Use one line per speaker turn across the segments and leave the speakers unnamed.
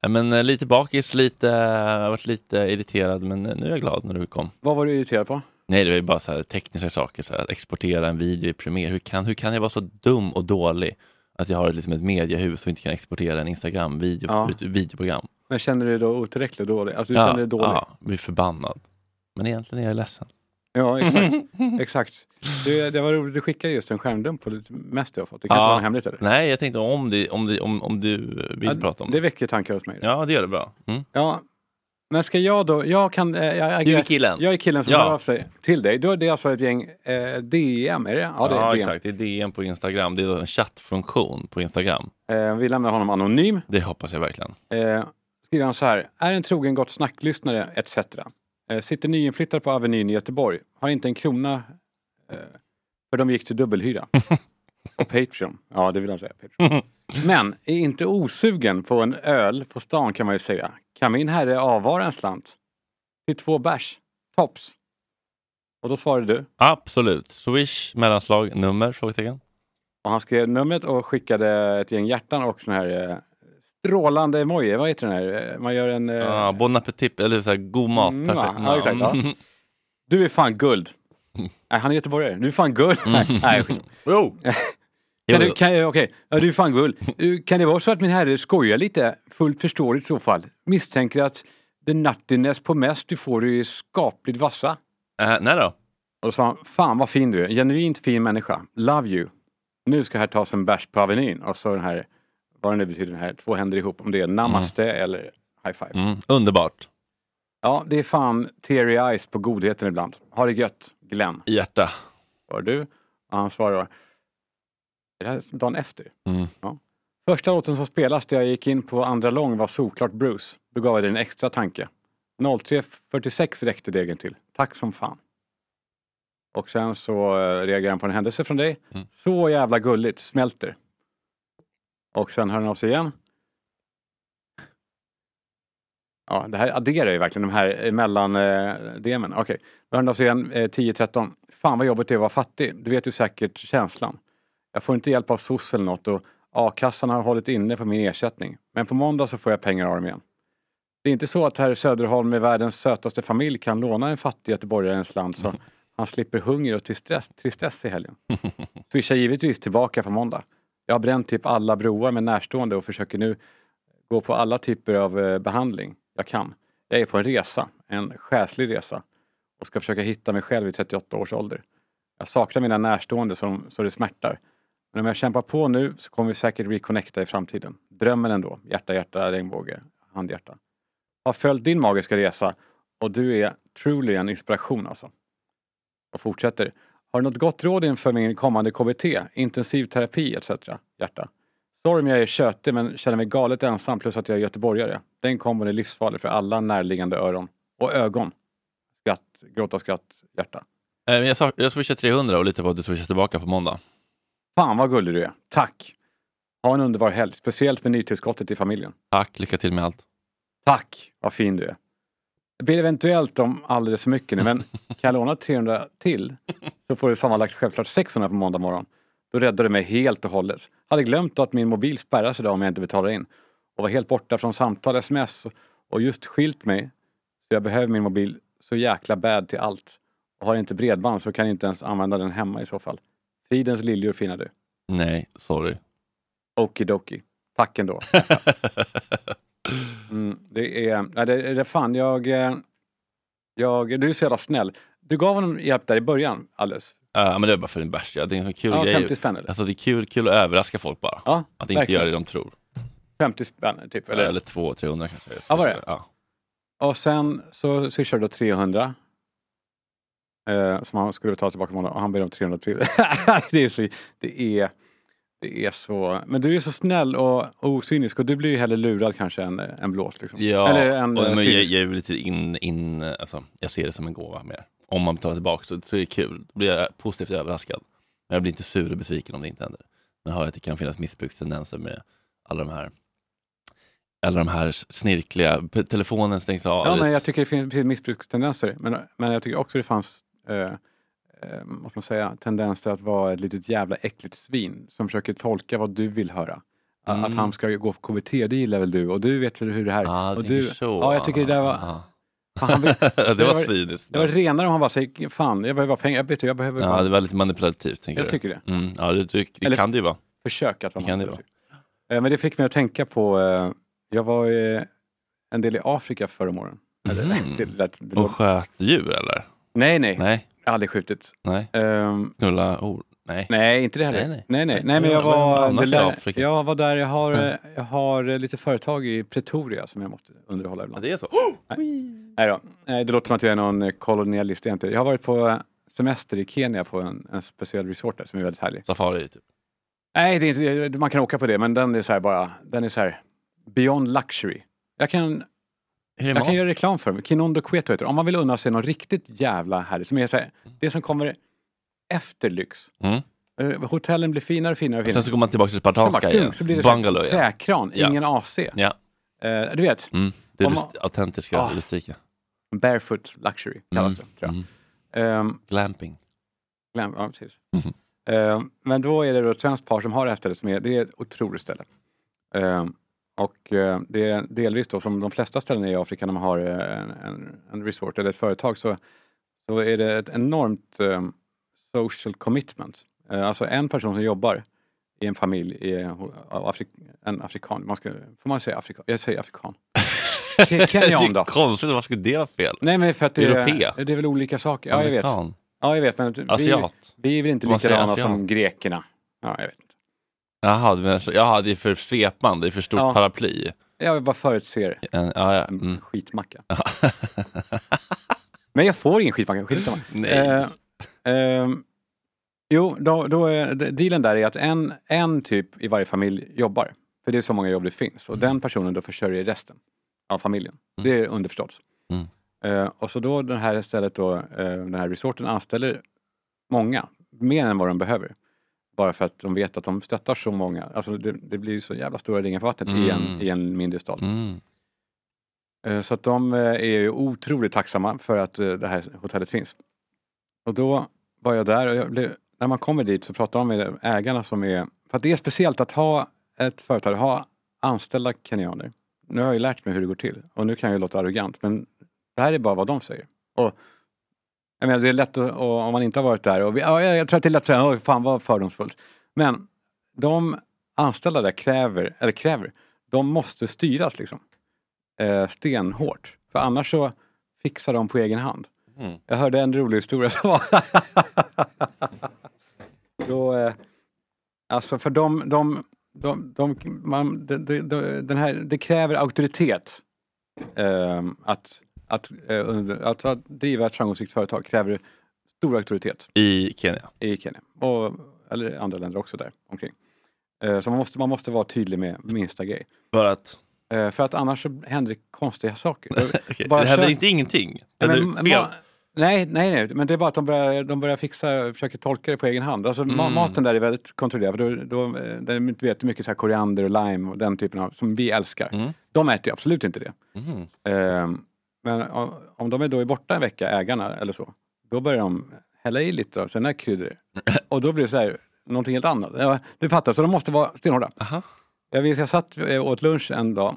Ja, Men eh, lite bakis, lite, jag har varit lite irriterad men eh, nu är jag glad när du kom.
Vad var du irriterad på?
Nej, det var ju bara så här tekniska saker, så här, att exportera en video i Premiere. Hur kan, hur kan jag vara så dum och dålig att jag har ett, liksom ett mediehus och inte kan exportera en Instagram-video
Ja.
för ett videoprogram?
Men känner du dig då otillräcklig och dålig? Alltså du
ja,
känner dig dålig? Ja,
Ja, blir förbannad. Men egentligen är jag ledsen.
exakt. exakt. Du, det var roligt, du skickade just en skärmdump på det mest du har fått. Det kanske
Ja.
var något hemligt eller?
Nej, jag tänkte om, det, om, det, om, om du vill
Ja,
prata om
det
det.
väcker tankar hos mig. Ja.
Ja, det gör det bra. Mm.
Men ska jag då, jag kan... eh, Jag, jag,
Du är killen.
Jag är killen som
Ja.
hör av sig till dig. Då är det alltså ett gäng eh, DM, är det? Ja, det är DM.
exakt. Det är DM på Instagram. Det är då en chattfunktion på Instagram.
Eh, vi lämnar honom anonym.
Det hoppas jag verkligen.
Eh, skriver han så här. Är en trogen Gott Snack-lyssnare etc. Eh, sitter nyinflyttad på Avenyn i Göteborg. Har inte en krona. Eh, för de gick till dubbelhyra. Och Patreon. Ja, det vill han säga. Patreon. Men är inte osugen på en öl på stan kan man ju säga. Kan min herre avvara en slant? Till två bärs. Tops. Och då svarade du.
Absolut. Swish, mellanslag, nummer, frågetecken.
Och han skrev numret och skickade ett gäng hjärtan och sån här eh, strålande emoji. Vad heter den här? Eh, Man gör en... eh,
Ja, bon appetit, eller så här, god mat.
Mm,
perfekt.
ja, exakt, ja. Du är fan guld. Nej, han är göteborgare. Du är fan guld. Nej, Nej, skit.
Jo.
kan
Mm. Jo,
du,
jo.
kan, jag- okej. Ja, du är fan guld. Du, Kan det vara så att min herre skojar lite? Fullt förståeligt i så fall. Misstänker att the nuttiness på mest du får är skapligt vassa.
Eh, nej då.
Och då sa han, fan vad fin du är. Genuint fin människa. Love you. Nu ska här tas en bärs på Avenyn. Och så den här, vad det nu betyder, den här två händer ihop. Om det är namaste eller high five.
Mm, underbart.
Ja, det är fan teary eyes på godheten ibland. Ha det gött, Glenn.
I Hjärta. Eh,
svarar du. Och han svarar, det här är dagen efter.
Mm.
Ja. Första låten som spelas där jag gick in på andra lång var såklart Bruce. Då gav jag dig en extra tanke. 03.46 räckte degen till. Tack som fan. Och sen så eh, reagerar han på en händelse från dig.
Mm.
Så jävla gulligt, smälter. Och sen hör han av sig igen. Ja, det här adderar ju verkligen de här eh, mellan eh, demen. Okej, då hör han av sig igen eh, 10.13. Fan vad jobbigt det är att vara fattig. Du vet ju säkert känslan. Jag får inte hjälp av SOS eller något och a-kassan har hållit inne på min ersättning. Men på måndag så får jag pengar av dem igen. Det är inte så att herr Söderholm med världens sötaste familj kan låna en fattig göteborgare en slant så han slipper hunger och tristess, tristess i helgen. Swishar givetvis tillbaka på måndag. Jag har bränt typ alla broar med närstående och försöker nu Gå på alla typer av eh, behandling jag kan. Jag är på en resa, en själslig resa och ska försöka hitta mig själv i 38 års ålder. Jag saknar mina närstående som, så det smärtar. Men om jag kämpar på nu så kommer vi säkert reconnecta i framtiden. Drömmen ändå. Hjärta, hjärta, regnbåge, handhjärta. Har följt din magiska resa och du är truly en inspiration alltså. Och fortsätter. Har du något gott råd inför min kommande KBT, intensiv terapi etc? Hjärta. Sorry om jag är tjötig men känner mig galet ensam plus att jag är göteborgare. Den kombon är livsfarlig för alla närliggande öron och ögon. Skratt, gråta, skratt, hjärta.
Eh, men Jag, sak- jag swishar 300 och litar på att du swishar tillbaka på måndag.
Fan vad gullig du är. Tack! Ha en underbar helg, speciellt med nytillskottet i familjen.
Tack, lycka till med allt.
Tack, vad fin du är. Det blir eventuellt om alldeles för mycket nu, men kan jag låna 300 till så får du sammanlagt självklart 600 på måndag morgon. Då räddar du mig helt och hållet. Hade glömt att min mobil spärras idag om jag inte betalar in och var helt borta från samtal, sms och just skilt mig. Så jag behöver min mobil så jäkla bad till allt. Och har jag inte bredband så kan jag inte ens använda den hemma i så fall. Fridens liljor fina du.
Nej, sorry. Eh,
Okidoki. Tack ändå. Mm, det är, nej, det, det fan, jag, eh, jag, du är så jävla snäll. Du gav honom hjälp där i början, alldeles.
Ja, men det är bara för en bärs. Ja. Det är en kul
Ja,
grej.
50 spänn eller?
Alltså, det är kul, kul att överraska folk bara.
Ja,
Att inte
verkligen.
göra det de tror.
50 spänn typ.
Eller,
Eller?
eller 200-300 kanske.
Ja, var det?
Ja.
Och sen så swishade du då 300. Eh, som han skulle betala tillbaka på måndag och han ber om 300 till. det, är så, det, är, det är så... Men du är så snäll och osynisk och du blir ju hellre lurad kanske än, eh, än blåst. Liksom.
Ja,
Eller en
och,
eh,
men jag,
cynisk.
jag är väl lite in, in, alltså, jag ser det som en gåva mer. Om man betalar tillbaka så, så är det kul. Då blir jag positivt överraskad. Men jag blir inte sur och besviken om det inte händer. Nu hör jag att det kan finnas missbrukstendenser med alla de här alla de här snirkliga, p- telefonen stängs av.
Ja,
du
men
vet.
jag tycker det finns precis missbrukstendenser. Men, men jag tycker också det fanns, eh, eh, måste man säga, tendens till att vara ett litet jävla äckligt svin som försöker tolka vad du vill höra. A-
Mm.
Att han ska gå på KBT, det gillar väl du och du vet väl hur det här...
ah,
och
och
du,
så.
Ja, jag tycker det där var...
Ah.
Fan, han vill,
det var
var-
cyniskt.
det var renare om han bara säger, fan, jag behöver bara pengar, jag, vet, du, jag behöver
Ja,
bara
det var lite manipulativt. Tänker
Jag tycker det.
Mm, ja, det, det, det
Eller-
kan det ju vara.
försök att vara
Det kan det
manipulativ. Eh, Men det fick mig att tänka på, eh, jag var eh, en del i Afrika förra om åren. Eller,
Mhm.
det lät- det
Och
låter-
sköt djur eller?
nej, nej,
Nej,
jag har aldrig skjutit.
nej.
Ehm,
Knulla or? Nej.
Nej, inte det heller.
Nej, nej.
Nej, nej. nej, nej.
Men
men jag
vad- vad
var,
annars
det
i
där,
Afrika?
jag var där. Jag har, eh, jag har eh, lite företag i Pretoria som jag måste underhålla
Ja,
ibland.
det är så.
Nej då, Nej, det låter som att jag är någon eh, kolonialist egentligen. Jag har varit på eh, semester i Kenya på en, en speciell resort där som är väldigt härlig.
Safari typ.
Nej, det är inte, det- man kan åka på det, men den är så här bara, den är så här beyond luxury. Jag kan,
Hur är
jag kan
mat?
göra reklam för dem. Kinondo Cueto heter det. Om man vill unna sig någon riktigt jävla härlig, som är så här, det som kommer efter lyx.
Mm.
Eh, Hotellen blir finare och finare och
Och
finare.
sen så går man tillbaka till det
Sen
spartanska
bara,
igen.
dunk, så blir det så här
Bungalow igen.
träkran,
Ja.
ingen AC.
Ja.
Eh, du vet,
Mm. Det är
Om
det
man-
st- autentiska,
Ah.
det rustika.
barefoot luxury kallas det. Tror jag.
Mm.
Ehm,
Glamping.
glam- ja, precis.
Mhm.
Ehm, men då är det då ett svenskt par som har det här stället, som är, det är ett otroligt ställe. Ehm, och eh, det är delvis då som de flesta ställen i Afrika när man har eh, en, en, en resort eller ett företag så, så är det ett enormt eh, social commitment. Eh, alltså en person som jobbar i en familj, i, av Afrik, en afrikan, man ska, får man säga afrikan? Jag säger afrikan. Ke- Kenyan
det
då?
är konstigt, varför skulle det vara fel?
Nej, men för att det,
Europé.
är, det är väl olika saker. Ja, jag vet.
Amerikan.
Ja, jag vet men vi,
Asiat.
vi är väl inte
Man säger
likadana
asiat.
som grekerna. Ja, jag vet.
Jaha, du menar så. Jaha, det är för svepande, det är för stort
Ja.
paraply.
Jag bara förutser
En, ja, ja.
en
Mm.
skitmacka. Men jag får ingen skitmacka, skitsamma.
Nej.
Eh, eh, jo, då, då är, d- dealen där är att en, en typ i varje familj jobbar. För det är så många jobb det finns.
Mm.
Och den personen då försörjer resten av familjen. Det är underförstått.
Mm.
Eh, och så då det här stället då, eh, den här resorten anställer många. Mer än vad de behöver. Bara för att de vet att de stöttar så många. Alltså det, det blir ju så jävla stora ringar på vattnet i,
Mm.
en, i en mindre stad.
Mm.
Eh, Så att de eh, är ju otroligt tacksamma för att eh, det här hotellet finns. Och då var jag där och jag blev, när man kommer dit så pratar de med ägarna som är... För att det är speciellt att ha ett företag, ha anställda kenyaner. Nu har jag ju lärt mig hur det går till och nu kan jag ju låta arrogant men det här är bara vad de säger. Och, jag menar, det är lätt att, och, om man inte har varit där och vi, ja, jag, jag tror att det är lätt att säga, "Oj, fan vad fördomsfullt. Men de anställda där kräver, eller kräver, de måste styras liksom. Eh, stenhårt. För annars så fixar de på egen hand.
Mm.
Jag hörde en rolig historia som var... Då, eh, alltså för de, de, de, de, man, de, de, de, den här, det kräver auktoritet. Eh, att, att, eh, under, att, att driva ett framgångsrikt företag kräver stor auktoritet
I Kenya.
i Kenya. Och, eller andra länder också där omkring. Eh, Så man måste, man måste vara tydlig med minsta grej.
För att...
Eh, För att annars så händer det konstiga saker.
Okej,
Bara
det här
kör.
är inte ingenting. Det
Nej,
är
men
fel.
ma- Nej, nej, nej, men det är bara att de börjar, de börjar fixa, försöker tolka det på egen hand. Alltså, ma-
Mm.
Maten där är väldigt kontrollerad. För då, då, eh, den- du vet mycket så här koriander och lime och den typen av, som vi älskar. De äter ju absolut inte det.
Mm.
Ehm, men om, om de är då är borta en vecka, ägarna eller så, då börjar de hälla i lite av sina kryddor. Och då blir det så här, någonting helt annat. Ja, du fattar, så de måste vara stenhårda.
Aha.
Jag, vet, jag satt eh, åt lunch en dag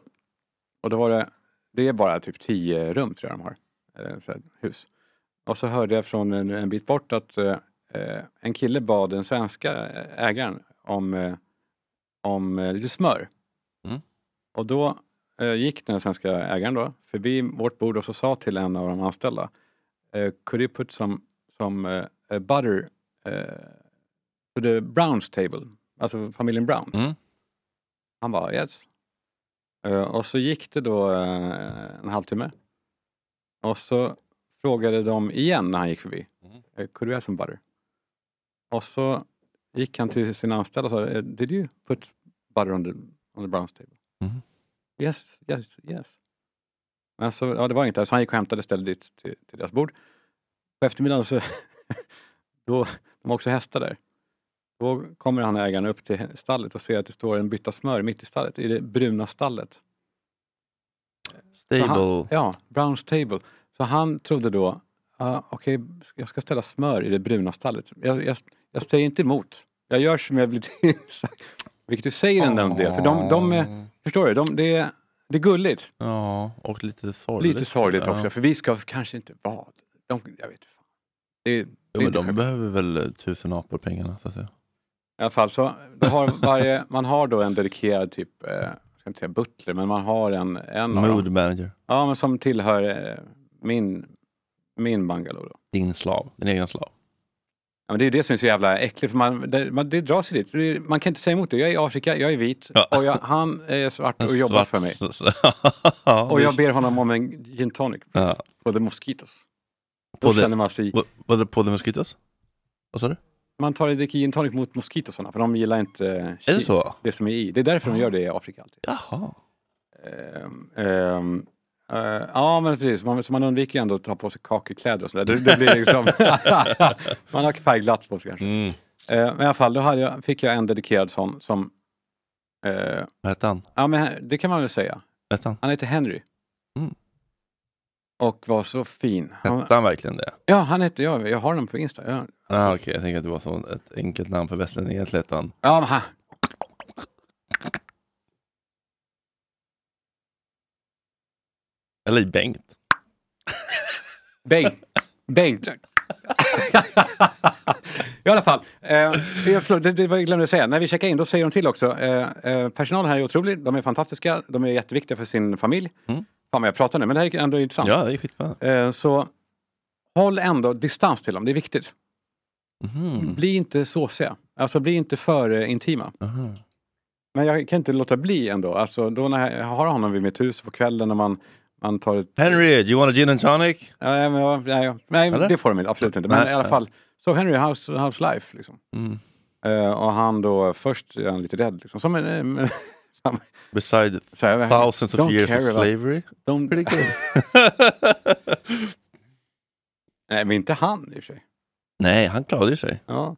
och då var det, det är bara typ tio rum tror jag de har, eh, så här, hus. Och så hörde jag från en, en bit bort att eh, eh, en kille bad den svenska eh, ägaren om, eh, om eh, lite smör.
Mm.
Och då eh, gick den svenska ägaren då förbi vårt bord och så sa till en av de anställda eh, Could you put some, some eh, eh, butter eh, to the Browns table? Alltså familjen Brown.
Mm.
Han bara yes. Eh, och så gick det då eh, en halvtimme. Och så frågade de igen när han gick förbi.
Mm.
eh, Could you have some butter? Och så gick han till sin anställda och sa eh, Did you put butter on the, on the Browns table?
Mhm.
Yes, yes, yes. Men så, ja, det var inte. Så han gick och hämtade och ställde dit till, till deras bord. På eftermiddagen så, då, de har också hästar där. Då kommer han ägaren upp till stallet och ser att det står en bytta smör mitt i stallet, i det bruna stallet. Så
Stable.
Han, ja, Browns table. Så han trodde då, ah, okej, jag ska ställa smör i det bruna stallet. Jag, jag, jag säger inte emot. Jag gör som jag blir tillsagd. Vilket du säger ändå om det, för de, de, är- förstår du, de, det, är, det är gulligt.
Ja, och lite sorgligt.
Lite sorgligt
Ja.
också, för vi ska kanske inte vad. De, jag vet inte. fan. Det, är- det
Jo,
är
men
inte
de
själv-
behöver väl tusen apor pengarna, så att säga.
I alla fall så, då har varje, man har då en dedikerad typ, eh, jag ska inte säga butler, men man har en, en av
Mood
dem.
manager.
Ja, men som tillhör eh, min, min Bangalore. Då.
Din slav. Din egen slav.
Ja, men det är ju det som är så jävla äckligt, för man, det, man, det dras ju dit. Det, man kan inte säga emot det. Jag är i Afrika, jag är vit
Ja.
och jag, han är svart
En
och jobbar
svart-
för mig.
Ja,
Och
det-
jag ber honom om en gin tonic.
Ja.
På the mosquitos. Då
På the-
känner man sig...
Vad- Vad är det på The Mosquitoes? Vad sa du?
Man tar och dricker gin tonic mot moskitosarna, för de gillar inte
Är
chi-
det så?
det som är i. Det är därför de gör det i Afrika alltid.
Jaha.
Ehm, ehm, eh, ja, men precis. Man, så man undviker ju ändå att ta på sig kakekläder och sådär. Det, det blir liksom... man har färgglatt på sig kanske.
Mm.
Eh, men i alla fall, då hade jag, fick jag en dedikerad sån som... eh,
Vad hette han?
ja, men det kan man väl säga.
Hette han?
Han heter Henry.
Mm.
Och var så fin. Han,
Hette han verkligen det?
ja, han heter... Jag, jag har honom på Insta. Ja,
Ah, Okej, jag tänker att det var så ett enkelt namn för västlänning. Egentligen hette han...
ja men han,
Eller Bengt.
Bengt. Bengt. I alla fall, eh, jag- förlåt, det, det var jag glömde säga. När vi checkar in då säger de till också. Eh, eh, personalen här är otrolig, de är fantastiska, de är jätteviktiga för sin familj.
Mm.
Fan vad jag pratar nu, men det här är ändå intressant.
Ja, det är skitbra.
Eh, så håll ändå distans till dem, det är viktigt.
Mhm.
Bli inte såsiga, alltså bli inte för eh, intima.
Aha.
Men jag kan inte låta bli ändå, alltså då när jag har honom vid mitt hus på kvällen när man, man tar ett
Henry, do you want a gin and tonic?
Nej, men, jag- nej, jag- nej
Eller?
det får de inte, absolut inte. Men
Nej,
i alla
nej.
fall, så Henry, how's, how's life? Liksom.
Mm.
Eh, och han då, först är han lite rädd. Liksom. Som en, eh,
Beside
så här,
thousands of
don't
years
care
of
about-
slavery?
don't,
Pretty good.
nej, men inte han i och för sig.
Nej, han klarade ju sig.
Ja.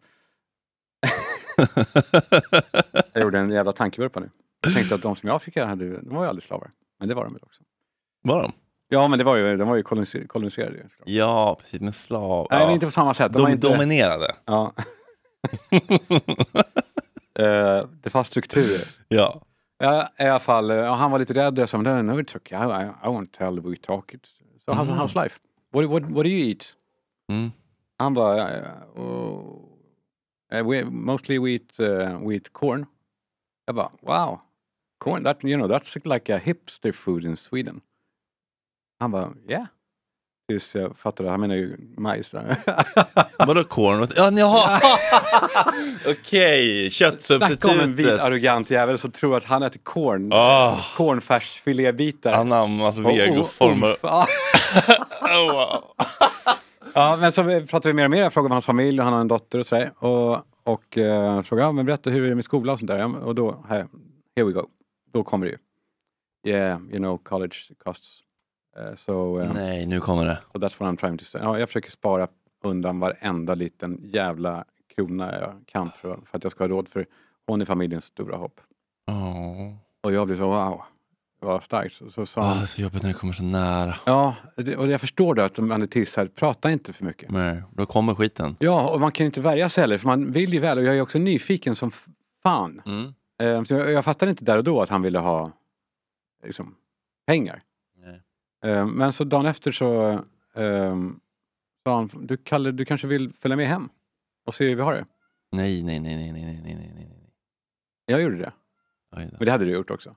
Jag gjorde en jävla tankevurpa nu. Jag tänkte att de som i Afrika hade, de var ju aldrig slavar. Men det var de väl också.
Var de?
Ja, men det var ju, de var ju kolonise- koloniserade. ju, såklart.
Ja, precis. Med slav.
Nej,
ja.
men inte på samma sätt. De, var
de
inte,
dominerade.
ja. Eh, det fanns strukturer.
ja.
Ja, i alla fall. eh, han var lite rädd. Jag sa, no, no it's okay. I, I, I won't tell we talk it. So how's, how's life? What, what, what do you eat?
Mm.
Han bara, eh, oh, eh, we, mostly we eat, eh, we eat corn. Jag bara, wow. corn, that, you know, that's like a hipster food in Sweden. Han bara, yeah. Tills jag fattade, han menar ju majs.
Vadå korn? Ja, ni har... Okej,
Snacka om en vit
köttsubstitutet.
arrogant jävel som tror att han äter korn.
Ah.
Cornfärsfilébitar.
Anammas
Och- och-
vegoformer.
och- ja.
Oh, wow.
Ja, men så pratade vi mer och mer. Jag frågade om hans familj och han har en dotter och sådär. Och, och eh, frågade, ja, men berätta hur är det med skolan och sånt där. Ja, men- Och då, här, here we go. Då kommer det ju. Yeah, you know, college costs. Eh, so, eh,
Nej, nu kommer det.
so that's what I'm trying to say. Ja, jag försöker spara undan varenda liten jävla krona jag kan för, för att jag ska ha råd för hon är familjens stora hopp.
Åh.
Och jag blev så wow, vad starkt. Så, så sa
Ah, det
han,
är så jobbigt när det kommer så nära.
ja, det, och jag förstår då att man är tillsagd, prata inte för mycket.
Nej, då kommer skiten.
Ja, och man kan ju inte värja sig heller, för man vill ju väl. Och jag är också nyfiken som f- fan.
Mm.
Eh, så jag, jag fattade inte där och då att han ville ha liksom, pengar.
Nej.
Eh, men så dagen efter så eh, sa han, du, Kalle, du kanske vill följa med hem och se hur vi har det?
Nej, nej, nej, nej, nej, nej, nej, nej, nej.
Jag gjorde det,
Oj då.
men det hade du gjort också.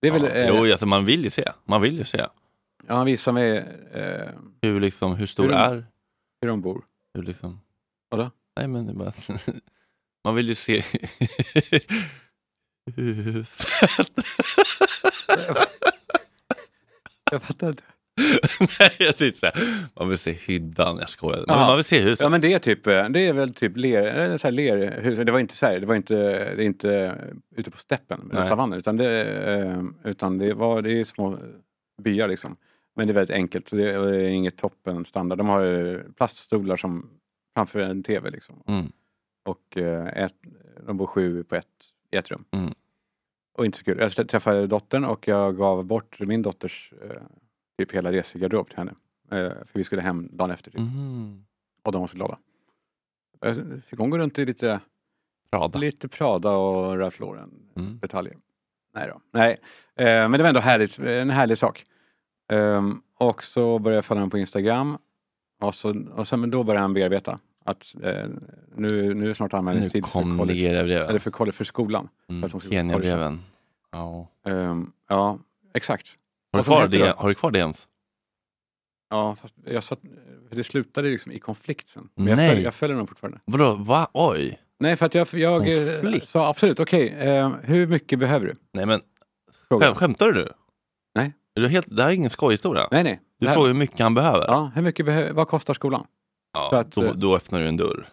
Det är väl,
ja,
eh,
jo, alltså, man vill ju se. Man vill ju se.
ja, han visade mig eh,
Hur, liksom, hur stor
Hur-
är...
hur de bor.
Hur, liksom...
Vadå?
Nej, men det är bara... man vill ju se... huset.
Jag fattar inte.
nej, jag tänkte så här. Man vill se hyddan. Jag skojar. Man,
Jaha.
man vill se huset.
Ja men det är typ, eh, det är väl typ ler, eh, så här lerhus. Det var inte så här, det var inte, det är inte eh, ute på steppen, eller
Nej.
savannen, utan det, eh, utan det var, det är små byar liksom. Men det är väldigt enkelt, så det är inget toppenstandard. De har eh, plaststolar som framför en TV liksom.
Mm.
Och eh, ett, de bor sju på ett, i ett rum.
Mm.
Och inte så kul. Jag träffade dottern och jag gav bort min dotters eh, typ hela resegarderob till henne. Eh, för vi skulle hem dagen efter. Typ.
Mhm.
Och de var så glada. Eh, Fick hon gå runt i lite,
Prada.
lite Prada och Ralph Lauren
Mm.
detaljer? Nej då. Nej. Eh, Men det var ändå härligt, en härlig sak. Ehm, Och så började jag följa honom på Instagram. Och, så, och sen, men då började han bearbeta att eh, nu, nu är snart
Nu
anmälningstid
kom
för college. Eller
Nigeria-breven.
för college, för skolan. för
Mm.
att de ska-
Kenya-breven. Ja.
Ehm, Ja, exakt.
Har du,
Vad som
kvar
hette
det,
då?
har du kvar det ens?
Ja, fast jag satt, det slutade liksom i konflikt sen. Men
Nej.
jag följer, jag följer honom fortfarande.
Vadå, va? Oj!
Nej, för att jag, jag eh,
Konflikt.
sa absolut, okej, eh, hur mycket behöver du?
Nej men,
Fråga.
skäm, skämtar du nu?
Nej.
Är du helt, det här är ingen skojhistoria.
Nej, nej.
Du
Det här-
frågar hur mycket han behöver.
Ja, hur mycket behö- vad kostar skolan?
Ja,
för att,
då,
eh,
då öppnar du en dörr.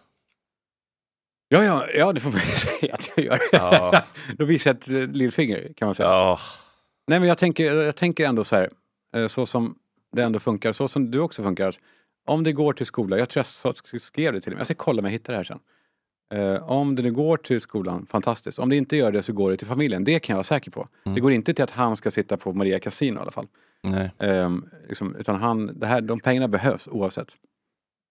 Ja, ja, ja det får man ju säga att jag gör.
Ja.
Då visar jag ett eh, lillfinger, kan man säga.
Ja.
Nej, men jag tänker, jag tänker ändå så här, eh, så som det ändå funkar, så som du också funkar. att Om det går till skolan, jag tror jag sa- sk- skrev det till mig, jag ska kolla om jag hittar det här sen. Eh, om det nu går till skolan, fantastiskt. Om det inte gör det så går det till familjen, det kan jag vara säker på.
Mm.
Det går inte till att han ska sitta på Maria Casino i alla fall.
Nej.
Ehm, liksom, utan han, det här, de pengarna behövs oavsett.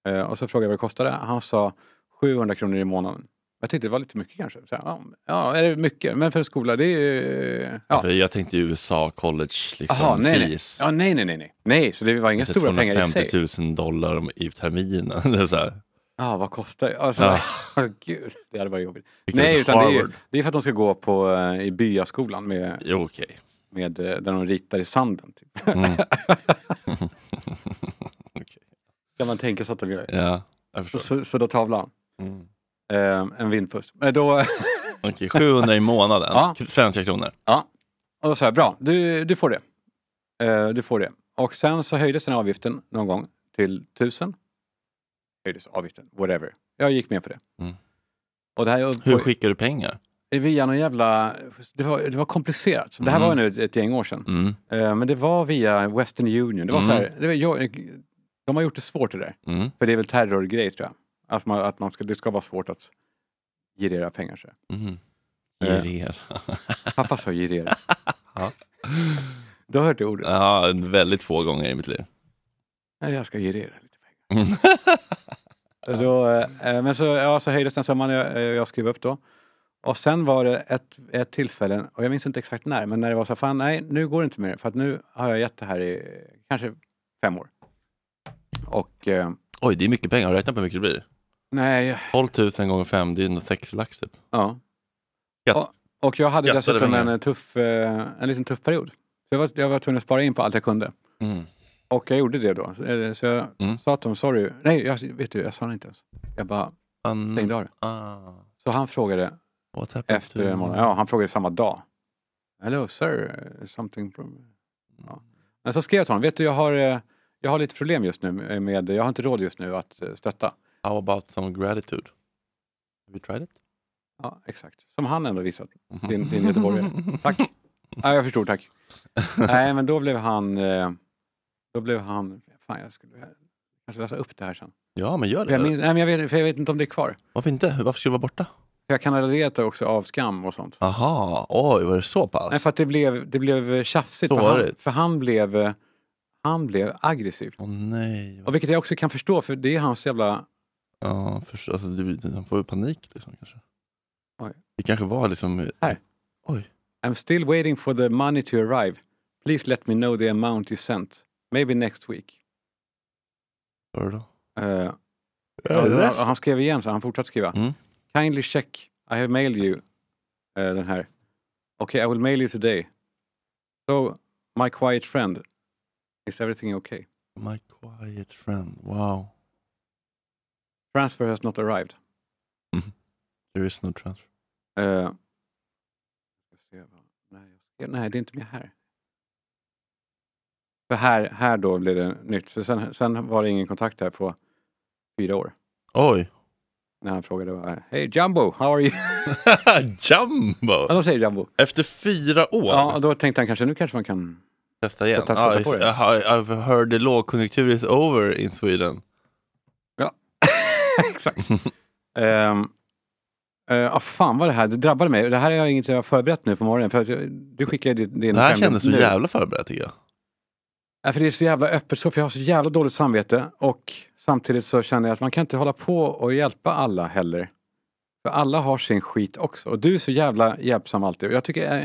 Eh, och så frågade jag vad det kostade. Han sa 700 kronor i månaden. Jag tyckte det var lite mycket kanske. Så här, ja, ja, är det mycket? Men för en skola, det är ju... Ja.
För Jag tänkte ju USA college, liksom,
Aha, nej, nej.
fees.
Ja, nej, nej, nej, nej. Nej, så det var inga
Så
stora pengar i sig.
250 000 dollar om- i terminen. Det är så här.
Ja, vad kostar det? Alltså,
Ah.
åh, gud, det hade varit jobbigt.
Vilket
Nej, utan det är, ju,
Harvard.
det är för att de ska gå på, eh, i byaskolan med,
Jo, okej.
med, eh, där de ritar i sanden. Typ.
Mm. Okej.
Kan man tänka sig att de gör.
Ja, jag
Så,
förstår.
så, så då tavlan.
Mm.
Ehm, en vindpuss. Eh, då,
Okej, 700 i månaden,
Ja.
svenska kronor.
Ja. Och då sa jag, bra, du, du får det. Eh, du får det. Och sen så höjdes den här avgiften någon gång till tusen. Höjdes avgiften, whatever. Jag gick med på det.
Mm.
Och det här,
Hur
och-
skickar du pengar?
Via någon jävla... Det var, det var komplicerat. Det här
Mm.
var nu ett, ett gäng år sedan.
Mm.
Eh, men det var via Western Union. Det var
Mm.
så här, det var, jag, de har gjort det svårt det där.
Mm.
För det är väl terrorgrej tror jag. Att, man, att man ska, det ska vara svårt att girera pengar. Så.
Mm.
Eh.
Girera.
Pappa sa girera.
Ja.
Du har hört det ordet?
Ja, väldigt få gånger i mitt liv.
Nej, Jag ska girera lite pengar.
Mm.
Då, eh, men så, ja, så höjdes den summan jag, eh, jag skrev upp då. Och sen var det ett, ett tillfälle, och jag minns inte exakt när, men när det var så här, fan nej, nu går det inte mer, för att nu har jag gett det här i eh, kanske fem år. Och eh,
Oj, det är mycket pengar. Har du räknat på hur mycket det blir?
nej,
12 000 gånger 5, det är nog 6 lax typ.
ja.
Skatt.
Och, Och jag hade
Jättade
dessutom en,
pengar.
eh, tuff, eh, en liten tuff period. Så jag, var, jag var tvungen att spara in på allt jag kunde.
Mm.
Och jag gjorde det då. Så, eh, så jag
Mm.
sa till honom, sorry. Nej, jag, vet du, jag sa det inte ens. Jag bara
Mm.
stängde av det.
Ah.
Så han frågade
What happened
efter en månad. Ja, han frågade samma dag. Hello sir, something... pro- Ja. Men så skrev jag till honom, vet du jag har, eh, jag har lite problem just nu eh, med, jag har inte råd just nu att eh, stötta.
How about some gratitude? Have you tried it?
Ja, exakt. Som han ändå visat.
Mhm.
Din, din göteborgare. Tack. Ja, jag förstår, tack. Nej, men då blev han... eh, Då blev han... Fan, jag skulle kanske läsa upp det här sen.
Ja, men gör det.
Jag, minns, nej, men jag, vet, för jag vet inte om det är kvar.
Varför inte? Varför ska du vara borta?
För jag kanaliserade också av skam och sånt.
Aha, oj, var det så pass?
Nej, för att det blev, det blev tjafsigt. För han,
Sårigt.
för han blev... eh, Han blev aggressiv.
Åh nej.
Och vilket jag också kan förstå, för det är hans jävla...
Ja, först, alltså, du, han får ju panik liksom kanske.
Oj.
Det kanske var liksom...
Här.
Oj.
I'm still waiting for the money to arrive. Please let me know the amount you sent. Maybe next week.
Vad var det då?
Eh,
Är det
Ja,
rätt?
och han skrev igen, så han fortsatte skriva.
Mm.
Kindly check, I have mailed you eh, den här. Okay, I will mail you today. So, my quiet friend, is everything okay?
My quiet friend. Wow.
Transfer has not arrived.
There is no transfer.
Eh, ska se vad- nej, jag ska- nej, det är inte med här. För här, här då blev det nytt. Så sen, sen var det ingen kontakt här på fyra år.
Oj.
När han frågade, vad- hej Jumbo, how are you?
Jumbo!
Ja, då säger Jumbo.
Efter fyra år?
Ja, och då tänkte han kanske, nu kanske man kan
Testa igen.
Jag testar
Ah,
på
I-
det.
I- I've heard the lågkonjunktur is over in Sweden.
Exakt. Ehm, eh, ah, fan vad det här, det drabbade mig. Det här har jag inget jag har förberett nu på morgonen. För att jag, du skickade ju din, din
Det här
skärm
kändes så
nu.
jävla förberett tycker jag.
Ja, för det är så jävla öppet så, för jag har så jävla dåligt samvete. Och samtidigt så känner jag att man kan inte hålla på och hjälpa alla heller. För alla har sin skit också. Och du är så jävla hjälpsam alltid. Och jag tycker, eh,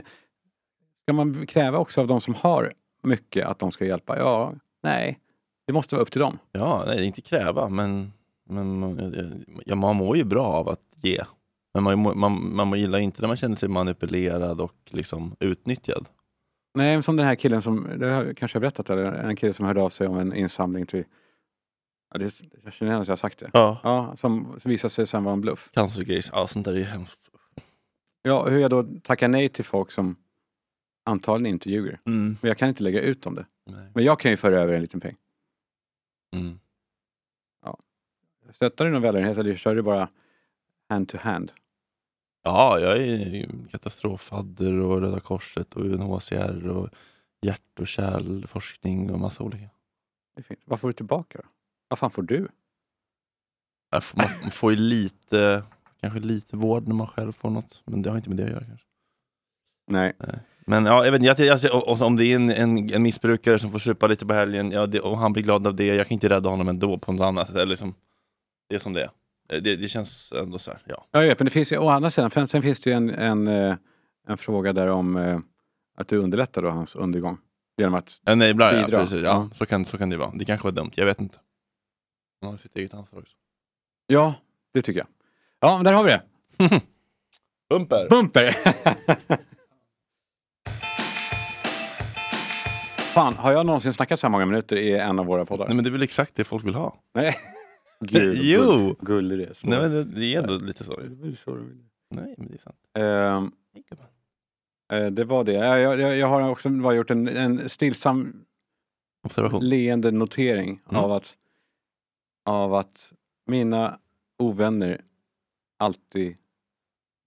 ska man kräva också av de som har mycket att de ska hjälpa? Ja, nej. Det måste vara upp till dem.
Ja, nej, inte kräva, men, men man- jag- jag- man mår ju bra av att ge. Men man, mår- man, man gillar inte när man känner sig manipulerad och liksom utnyttjad.
Nej, men som den här killen som, det har jag kanske jag berättat, eller en kille som hörde av sig om en insamling till, ja, det, jag känner igen att jag har sagt det.
Ja.
Ja, som, som visade sig sen vara en bluff.
Cancergrejs, ja sånt där är ju hemskt.
Ja, hur jag då tackar nej till folk som antagligen inte ljuger.
Mm.
Men jag kan inte lägga ut om det.
Nej.
Men jag kan ju föra över en liten peng.
Mm.
Stöttar du någon välgörenhet eller kör du bara hand to hand?
Ja, jag är ju katastroffadder och Röda Korset och UNHCR och hjärt och kärlforskning och massa olika.
Det är fint. Vad får du tillbaka då? Vad fan får du?
Jag får- Man man får ju lite, kanske lite vård när man själv får något, men det har inte med det att göra kanske.
Nej.
Men ja, jag vet, inte, jag, jag, ser- och- och om det är en, en, en missbrukare som får supa lite på helgen ja, det, och han blir glad av det, jag kan inte rädda honom ändå på något annat sätt. Eller Liksom, det är som det är. Eh, Det, det känns ändå så här, ja.
Ja, jag vet, men det finns ju, å andra sidan, för sen finns det ju en, en, eh, en fråga där om eh, att du underlättar då hans undergång. Genom att
Eh, Nej, bra, ja,
Bidra.
precis, ja,
Ja.
Så, kan, så kan det vara. Det kanske var dumt, jag vet inte. Man har sitt eget ansvar också.
Ja, det tycker jag. Ja, men där har vi det.
Bumper!
Bumper! Fan, har jag någonsin snackat så här många minuter i en av våra poddar?
Nej men det är väl exakt det folk vill ha.
Nej. Gud,
Jo.
gull- Gullig det är. så.
Nej men det, det är ändå lite så.
Det blir så roligt.
Nej men det är sant.
Ehm, eh, det var det. Jag, jag- jag, jag har också bara gjort en, en stillsam
Observation.
leende notering
Mm.
av, att, av att mina ovänner alltid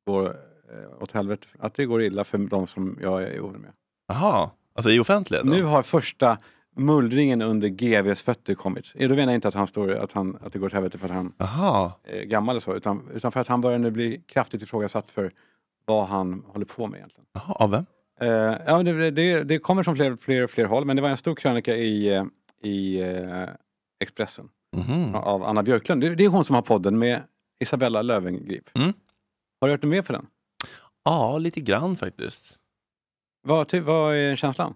går eh, åt helvete. Att det går illa för de som jag är ovän med.
Jaha, alltså i offentlighet?
Nu
Nu...
har första mullringen under GVs fötter kommit. Eh, Då menar jag inte att, han står, att, han, att det går åt helvete för att han
Jaha,
är gammal eller så, utan, utan för att han börjar nu bli kraftigt ifrågasatt för vad han håller på med egentligen.
Jaha, av vem?
Eh, ja, men det, det, det kommer från fler, fler och fler håll, men det var en stor krönika i, eh, i eh, Expressen
Mhm.
av Anna Björklund. Det, det är hon som har podden med Isabella Löwengrip.
Mm.
Har du hört något mer för den?
Ja, lite grann faktiskt.
Vad, ty, vad är känslan?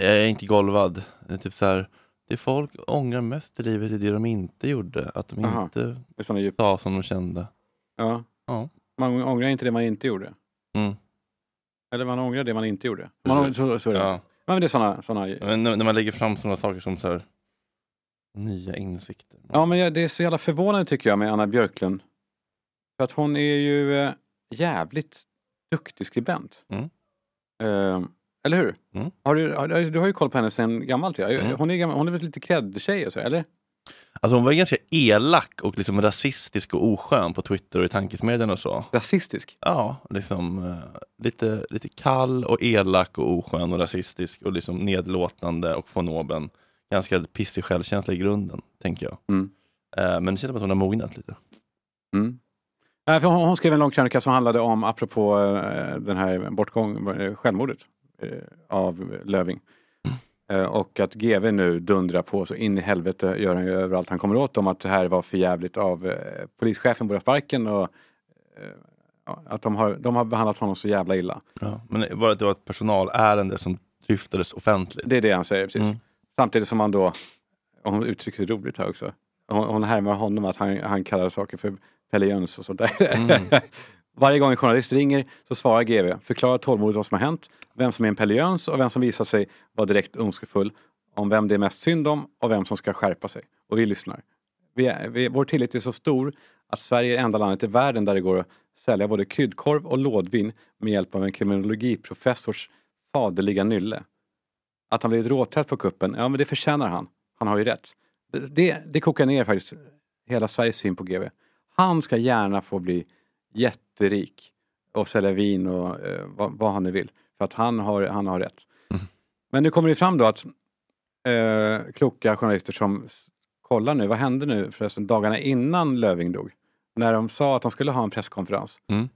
Jag är inte golvad. Det är typ så här, det folk ångrar mest i livet är det de inte gjorde. Att de
Aha.
inte
Det är såna djup.
sa som de kände.
Ja.
Ja.
Man ångrar inte det man inte gjorde.
Mm.
Eller man ångrar det man inte gjorde. Man ångrar, så, så är det.
Ja.
Men det är sådana... Såna,
Men när när man lägger fram sådana saker som så här, nya insikter.
ja, men jag, det är så jävla förvånande tycker jag med Anna Björklund. För att hon är ju eh, jävligt duktig skribent.
Mm.
Eh, eller hur?
Mm.
Har du, har, du har ju koll på henne sedan gammalt. Ja.
Mm.
Hon, är, gammal- hon är väl lite cred-tjej och så, eller?
Alltså hon var ganska elak och liksom rasistisk och oskön på Twitter och i tankesmedjan och så.
Rasistisk.
Ja, liksom eh, lite, lite kall och elak och oskön och rasistisk och liksom nedlåtande och von oben. Ganska pissig självkänsla i grunden, tänker jag.
Mm.
Eh, Men det känns som att hon har mognat lite.
Mm. Nej, för hon, hon skrev en lång krönika som handlade om, apropå eh, den här bortgång, eh, självmordet eh, av Löving. Eh, och att GV nu dundrar på så in i helvete gör han ju överallt han kommer åt om att det här var för jävligt av eh, polischefen på Sparken och eh, ja, att de har, de har behandlat honom så jävla illa.
Ja. Men var det, det var ett personalärende som dryftades offentligt?
Det är det han säger precis.
Mm.
Samtidigt som han då, och hon uttrycker det roligt här också, hon, hon härmar honom att han, han kallar saker för Pelle Jöns och sånt där. Varje gång en journalist ringer så svarar GV, förklarar tålmodigt vad som har hänt, vem som är en Pelle Jöns och vem som visar sig vara direkt ondskefull, om vem det är mest synd om och vem som ska skärpa sig. Och vi lyssnar. Vi är, vi, vår tillit är så stor att Sverige är enda landet i världen där det går att sälja både kryddkorv och lådvin med hjälp av en kriminologiprofessors faderliga nylle. Att han blivit råtätt på kuppen, ja men det förtjänar han. Han har ju rätt. Det- Det, det kokar ner faktiskt hela Sveriges syn på GV. Han ska gärna få bli jätterik och sälja vin och eh, vad, vad han nu vill. För att han har, han har rätt. Men nu kommer det fram då att eh, kloka journalister som s- kollar nu, vad hände nu förresten dagarna innan Löving dog? När de sa att de skulle ha en presskonferens.
Mm.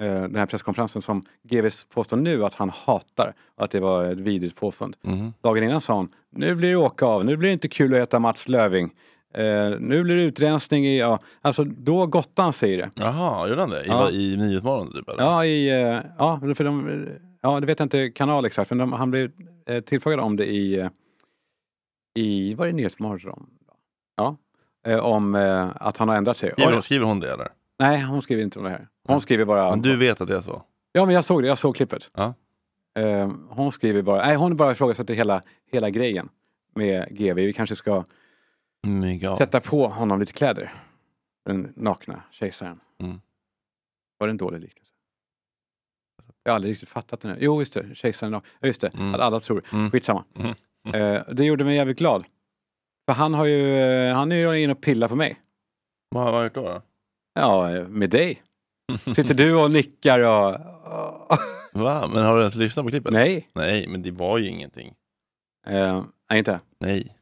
Eh, den här presskonferensen som GV påstår nu att han hatar och att det var ett vidrigt påfund.
Mhm.
Dagen innan sa hon, nu blir det åka av, nu blir det inte kul att heta Mats Löving. Eh, nu blir det utrensning i, ja, alltså då Gottan säger det.
Jaha, gjorde han det? I,
Ja.
ja. i Nyhetsmorgon typ? Eller?
Ja, i, eh, ja, för de, eh, ja, det vet jag inte kanal exakt, men de, han blev eh, tillfrågad om det i, eh, i var det Nyhetsmorgon? Ja, eh, om eh, att han har ändrat sig.
Skriver,
Oj,
skriver hon det eller?
nej, hon skriver inte om det här. Hon skriver bara...
Men du vet att det är så?
Ja, men jag såg det. Jag såg klippet.
Ja.
Eh, hon skriver bara... Nej, hon bara ifrågasätter hela, hela grejen med GV. Vi kanske ska
Mm, ja.
sätta på honom lite kläder. Den nakna kejsaren.
Mm.
Var det en dålig liknelse? Jag har aldrig riktigt fattat den. Här. Jo, just det. Kejsaren naken. Ja, just det.
Mm.
Att alla tror.
Mm.
Skitsamma.
Mm.
Eh, det gjorde mig jävligt glad. För han har ju... eh, Han är ju inne och pillar på mig.
Vad har han gjort då? då?
Ja, eh, med dig. Sitter du och nickar och...
Va? Men har du ens lyssnat på klippet?
Nej.
Nej, men det var ju ingenting.
Eh, nej, inte.
Nej.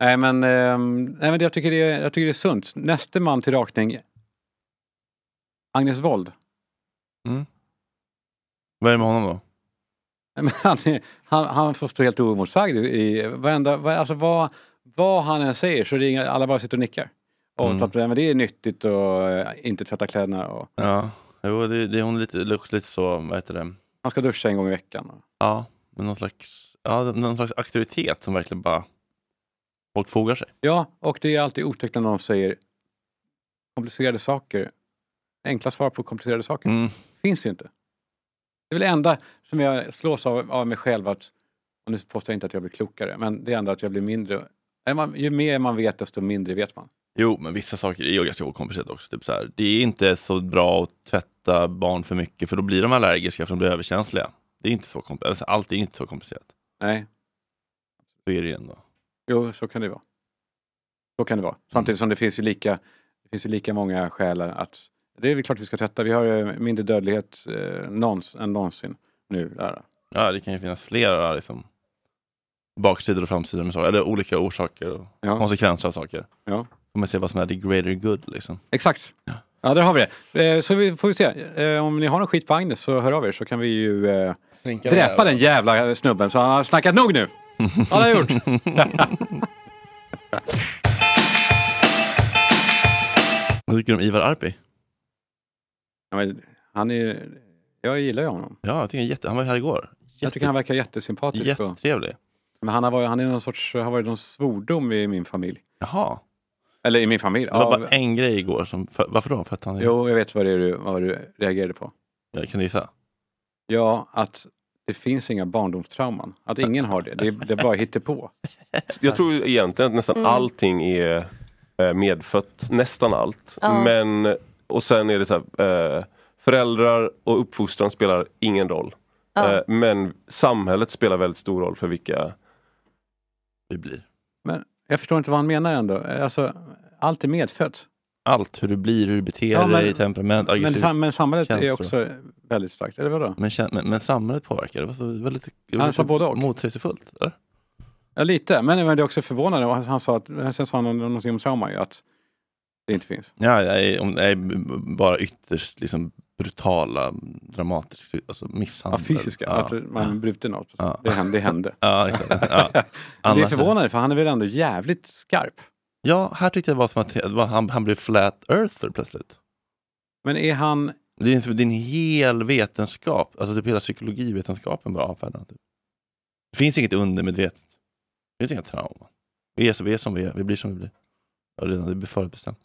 Nej men, ehm, nej, men jag, tycker det är, jag tycker det är sunt. Näste man till rakning, Agnes Wold.
Vad är det med honom då?
Nej, men Han, är- han, han får stå helt oemotsagd i- i varenda, var- alltså vad, vad han än säger så ringer alla bara sitter och nickar. Och
Mm.
mm. att nej, men det är nyttigt och eh, inte tvätta kläderna och
Ja, jo, det, det är hon lite, luktar lite så, vad heter det?
han ska duscha en gång i veckan. Och,
Ja, men någon slags, ja, någon slags auktoritet som verkligen bara folk fogar sig.
ja, och det är alltid otäckt när någon säger komplicerade saker. Enkla svar på komplicerade saker.
Mm.
finns ju inte. Det är väl det enda som jag slås av, av mig själv att, och nu påstår jag inte att jag blir klokare, men det är ändå att jag blir mindre. Är man, ju mer man vet desto mindre vet man.
Jo, men vissa saker är ju ganska okomplicerat också. Typ så här, det är inte så bra att tvätta barn för mycket för då blir de allergiska för de blir överkänsliga. Det är inte så komplicerat. Alltså, allt är inte så komplicerat.
Nej,
Så är det ju ändå.
jo så kan det vara. Så kan det vara. Samtidigt som det finns ju lika, det finns ju lika många skäl att det är väl klart vi ska tvätta. Vi har eh, mindre dödlighet eh, någons, än någonsin nu. Där.
Ja, det kan ju finnas flera liksom, baksidor och framsidor med saker, eller olika orsaker och
Ja.
konsekvenser av saker.
Ja.
Får man se vad som är the greater good liksom.
Exakt.
Ja.
Ja, där har vi det. Eh, Så vi får vi se. Eh, Om ni har någon skit på Agnes så hör av er så kan vi ju eh, Dräpa den jävla snubben så han har snackat nog nu. Han har gjort.
Vad tycker du om Ivar Arpi?
Ja, men han är ju, jag gillar ju honom.
Ja, jag tycker han, är jätte, han var här igår.
Jag tycker han verkar jättesympatisk. Och,
Jättetrevlig.
men han har varit, han är någon sorts, har varit någon svordom i min familj.
Jaha.
Eller i min familj.
Det var
Ja,
bara en grej igår. Som, för, varför då? För att han är...
Jo, jag vet vad det är du, vad du reagerade på.
Jag kan gissa.
Ja, att det finns inga barndomstrauman. Att ingen har det. Det är, det är bara hittepå.
Jag tror egentligen att nästan
Mm.
allting är eh, medfött. Nästan allt.
Ja.
Men, och sen är det så här, eh, föräldrar och uppfostran spelar ingen roll.
Ja.
Eh, men samhället spelar väldigt stor roll för vilka...
vi blir.
Men jag förstår inte vad han menar ändå. Alltså, allt är medfött.
Allt, hur du blir, hur du beter
Ja, men-
dig, temperament,
Men,
aggressiv.
sam- men samhället är
känslor.
också väldigt starkt. Eller vadå?
Men, kän- men, men samhället påverkar, det var så väldigt, det var
Han
lite
sa både och.
motsägelsefullt. eller?
Ja, lite. Men, men det är också förvånande. Och han, han sa att, men sen sa han någonting om trauma ju, att det inte finns.
Ja, jag är, om, jag är b- b- bara ytterst liksom, brutala, dramatiska, alltså
Ja,
misshandel.
fysiska,
Ja,
att man bryter något.
Ja.
Det hände. Det, hände.
ja, exakt. Ja.
Men det är
Annars-
förvånande för han är väl ändå jävligt skarp.
Ja, här tyckte jag det var som att det var- han, han blev flat earther plötsligt.
Men är han...
Det är, en- det är en hel vetenskap, alltså typ hela psykologivetenskapen bara avfärdar han, typ. Det finns inget undermedvetet. Det finns inga trauman. Vi är, så, vi är som vi är, vi blir som vi blir. Ja, redan det blir förutbestämt.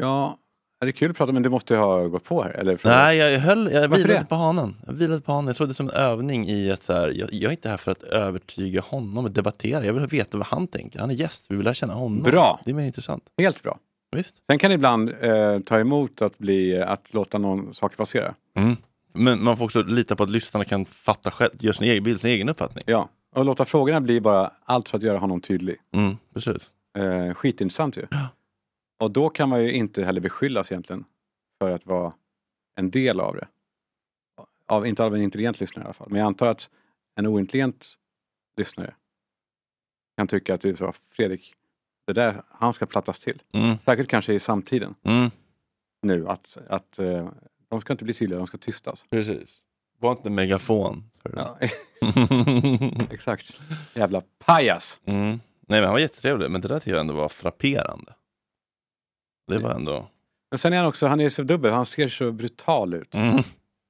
Ja, det är kul att prata men du måste ju ha gått på här. Eller frågat.
Nej, jag höll, jag
Varför
vilade
det?
på hanen. Jag vilade på hanen. Jag såg det som en övning i att så här, jag, jag är inte här för att övertyga honom och debattera. Jag vill veta vad han tänker. Han är gäst, vi vill lära känna honom.
Bra.
Det är mer intressant.
Helt bra.
Visst.
Sen kan det ibland eh, ta emot att, bli, att låta någon sak passera.
Men man får också lita på att lyssnarna kan fatta själv, gör sin egen bild, sin egen uppfattning.
Ja. Och låta frågorna bli bara allt för att göra honom tydlig.
Mm, precis.
Eh, skitintressant ju. Och då kan man ju inte heller beskyllas egentligen för att vara en del av det. Av, inte av en intelligent lyssnare i alla fall. Men jag antar att en ointelligent lyssnare kan tycka att du sa Fredrik, det där, han ska plattas till.
Mm,
Särskilt kanske i samtiden
mm,
nu att, att eh, de ska inte bli tydliga, de ska tystas.
precis. Var inte megafon. För
Ja, exakt. Jävla pajas!
mm. Nej, men han var jättetrevlig. Men det där tycker jag ändå var frapperande. Det var ändå...
Men sen är han också, han är så dubbel, han ser så brutal ut.
Mm.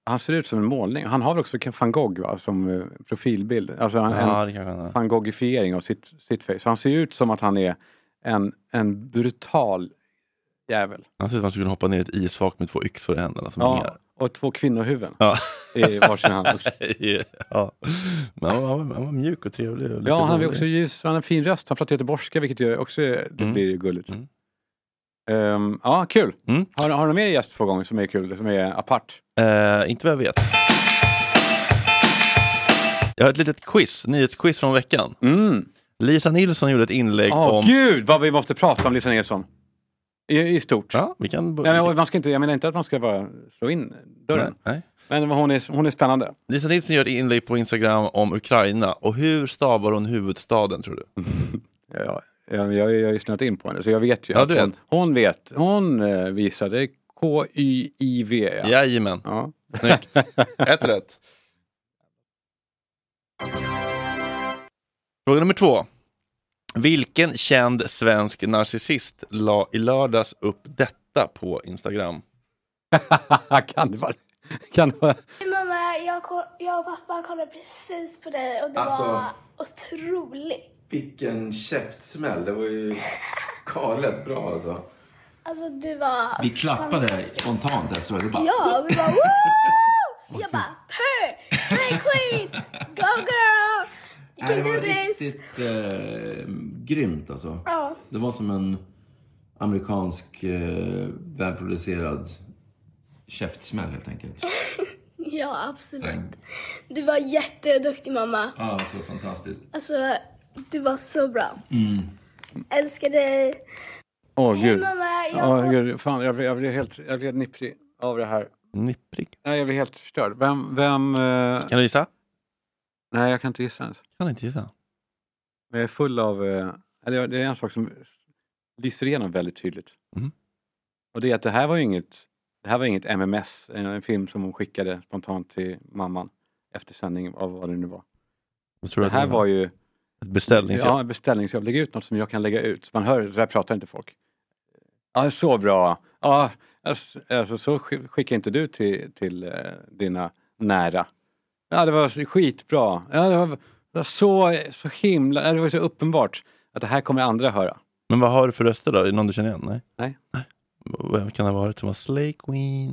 Han ser ut som en målning. Han har väl också van Gogh va, som eh, profilbild. Alltså han,
Ja,
en
det kanske han är.
van Goghifiering av sitt, sitt face. Så han ser ut som att han är en, en brutal jävel.
Han ser ut som att han skulle hoppa ner i ett isvak med två yxor i händerna som
Ja,
ringar.
och två kvinnohuvuden
Ja.
i varsin hand. Också.
ja. Men han, var, han var- han var mjuk och trevlig. Och lite
Ja, han är
rolig.
också ljus, han har en fin röst. Han pratar göteborgska vilket gör också det
Mm.
blir gulligt.
Mm.
Ehm, ja, kul!
Mm.
Har, har du någon mer gäst på gång som är kul, som är apart?
Eh, inte vad jag vet. Jag har ett litet quiz, nyhetsquiz från veckan.
Mm.
Lisa Nilsson gjorde ett inlägg
Åh
om...
gud vad vi måste prata om Lisa Nilsson! I, i stort.
Ja, vi kan...
Nej, men, och man ska inte, jag menar inte att man ska bara slå in dörren.
Nej.
Men hon är, hon är spännande.
Lisa Nilsson gör ett inlägg på Instagram om Ukraina. Och hur stavar hon huvudstaden tror du?
Ja, jag, jag, jag har ju snöat in på henne så jag vet ju
Ja,
att
du
hon,
vet.
hon vet. Hon eh, visade K-Y-I-V. Ja.
Jajamän,
Ja.
snyggt. ett rätt. Fråga nummer två. Vilken känd svensk narcissist la i lördags upp detta på Instagram?
kan det vara kan det vara?
Mamma, jag, koll, jag och pappa kollade precis på dig och det var otroligt.
Alltså, Vilken käftsmäll, det var ju galet bra alltså.
Alltså du var
Vi klappade
fantastisk.
spontant efteråt. Det bara,
Ja, vi bara woo! Jag bara purr, slay queen, go girl, you
Nej,
can
det
do
var
this.
riktigt eh, grymt alltså.
Ja,
Det var som en amerikansk eh, välproducerad käftsmäll helt enkelt.
ja absolut.
Mm.
Du var jätteduktig mamma.
Ja, så fantastiskt.
Alltså du var så bra.
Mm.
Älskar dig.
Åh gud.
Mamma, jag
Åh gud. Fan, jag, blev- jag blev helt jag blev nipprig av det här.
Nipprig.
Nej, jag blev helt förstörd. Vem, vem... eh,
Kan du gissa?
Nej, jag kan inte gissa ens.
Kan inte gissa.
Men jag är full av... eh, Eller jag- det är en sak som lyser igenom väldigt tydligt.
Mhm.
Och det är att det här var ju inget, det här var inget MMS, en, en film som hon skickade spontant till mamman efter sändning av vad det nu var.
Vad tror
Det
du att
här var ju
Ett beställningsjobb.
ja, en beställningsjobb. Lägg ut något som jag kan lägga ut. Man hör, så där pratar inte folk. Ja, så bra. Ja, ass- alltså, så sk- skickar inte du till, till eh, dina nära. Ja, det var så skitbra. Ja, det var, det var så, så himla... ja, Det var så uppenbart att det här kommer andra höra.
Men vad har du för röster då? Är det någon du känner igen? Nej.
Nej.
Vem kan det ha varit som var Slay Queen?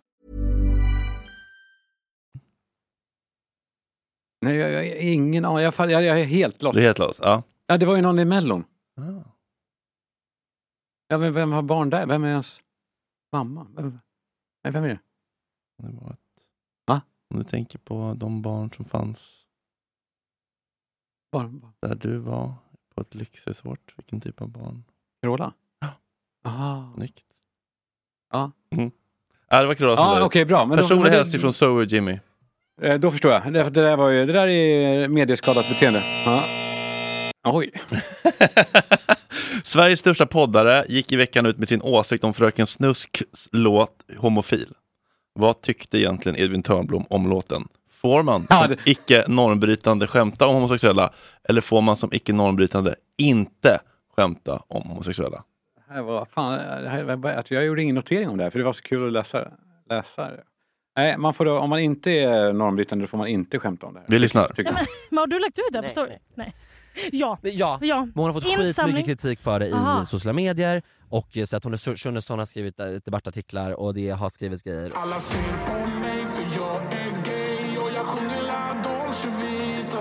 Nej, jag, jag, ingen aning. Jag, jag, jag är helt lost.
Du är helt lost? Ja.
Ja, det var ju någon i Mellon.
Ah.
Ja, men vem har barn där? Vem är ens mamma? Vem, nej, vem är det?
Det var ett...
Va?
Om du tänker på de barn som fanns
Barn, barn.
där du var på ett lyxresort, vilken typ av barn?
Carola?
Ja.
Aha.
Snyggt.
Ja.
Mm. Ja, det var kul avsnitt.
Ja, okej, bra. Men då-
Personlig
men det-
hälsning från Zoe och Jimmy.
Eh, Då förstår jag. Det, det, där, var ju, det där är medieskadat beteende. Ja. Oj.
Sveriges största poddare gick i veckan ut med sin åsikt om Fröken Snusks låt Homofil. Vad tyckte egentligen Edvin Törnblom om låten? Får man
Ja,
som
det-
icke normbrytande skämta om homosexuella eller får man som icke normbrytande inte skämta om homosexuella?
Det här var, fan, det här var, bara- att jag gjorde ingen notering om det här för det var så kul att läsa, läsa det. Nej, man får då, om man inte är normbrytande då får man inte skämta om det här.
Vi lyssnar.
Tycker jag.
Men har du lagt ut det? Förstår du? Nej. Ja.
Ja,
Ja.
men hon har fått
Insamling.
skitmycket kritik för det i
Aha.
sociala medier och eh, så att hon är Shunesson har skrivit eh, debattartiklar och det har skrivits grejer.
Alla ser på mig för jag är gay och jag sjunger La Dolce Vita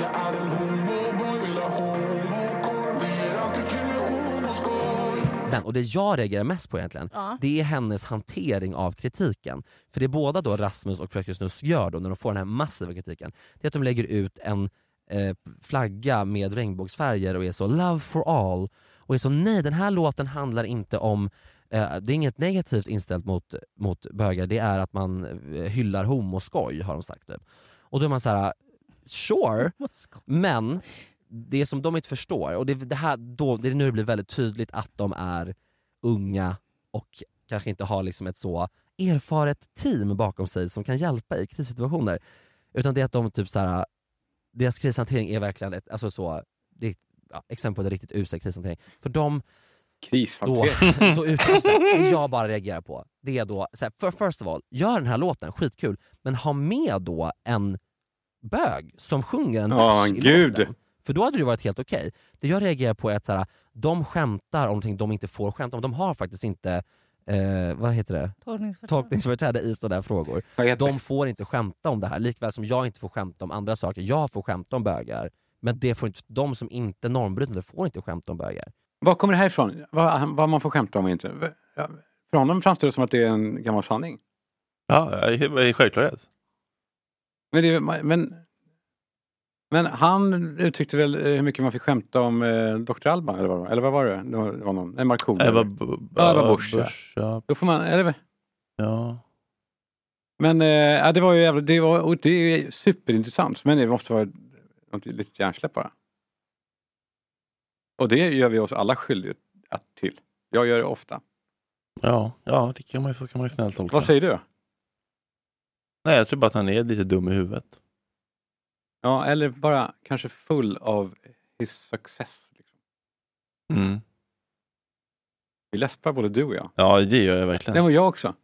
Jag är en homoboy, vill ha homokorv Det är alltid kul med homoskoj
Men, och det jag reagerar mest på egentligen,
Ja.
det är hennes hantering av kritiken. För det båda då Rasmus och Fröken Snus gör då när de får den här massiva kritiken, det är att de lägger ut en eh, flagga med regnbågsfärger och är så “love for all” och är så “nej, den här låten handlar inte om eh, det är inget negativt inställt mot, mot bögar, det är att man eh, hyllar homoskoj har de sagt. Typ. Och då är man så här, sure, men det som de inte förstår, och det, det, här, då, det är nu det blir väldigt tydligt att de är unga och kanske inte har liksom ett så erfaret team bakom sig som kan hjälpa i krissituationer. Utan det är att de typ så här, deras krishantering är verkligen ett, alltså så, det är ett ja, exempel på en riktigt usel krishantering. För de då,
Krishantering.
då utlöser, det jag bara reagerar på, det är då, så här, för, first of all, gör den här låten, skitkul, men ha med då en bög som sjunger en
Ja,
vers i
gud.
låten. För då hade det varit helt okej. Det jag reagerar på är att så här, de skämtar om någonting de inte får skämta om. De har faktiskt inte eh, vad heter det?
Tolkningsföreträde.
Tolkningsföreträde i sådana här frågor. De får inte skämta om det här, likväl som jag inte får skämta om andra saker. Jag får skämta om bögar, men det får inte, de som inte är normbrytande får inte skämta om bögar.
Var kommer det här ifrån? Vad, vad man får skämta om och inte? Ja, För honom framstår det som att det är en gammal sanning.
Ja, i självklarhet.
Men, det, men, men han uttryckte väl eh, hur mycket man fick skämta om eh, Dr. Alban, eller vad, det var? eller vad var det? det var det var någon, nej, Markoolio.
Ebba
eller?
Bu-
Ja, Ebba Busch. ja.
Busch, ja.
Då får man, eller vad?
Ja.
Men eh, ja, det var ju jävla, det, var, och det är ju superintressant, men det måste vara något litet hjärnsläpp bara. Och det gör vi oss alla skyldiga att- till. Jag gör det ofta.
Ja, ja det kan man, ju- så kan man ju snällt tolka.
Vad säger du? då?
Nej, jag tror bara att han är lite dum i huvudet.
Ja, eller bara kanske full av his success. Liksom.
Mm.
Vi läspar både du och jag.
Ja, det gör jag
Nej,
verkligen.
men jag också.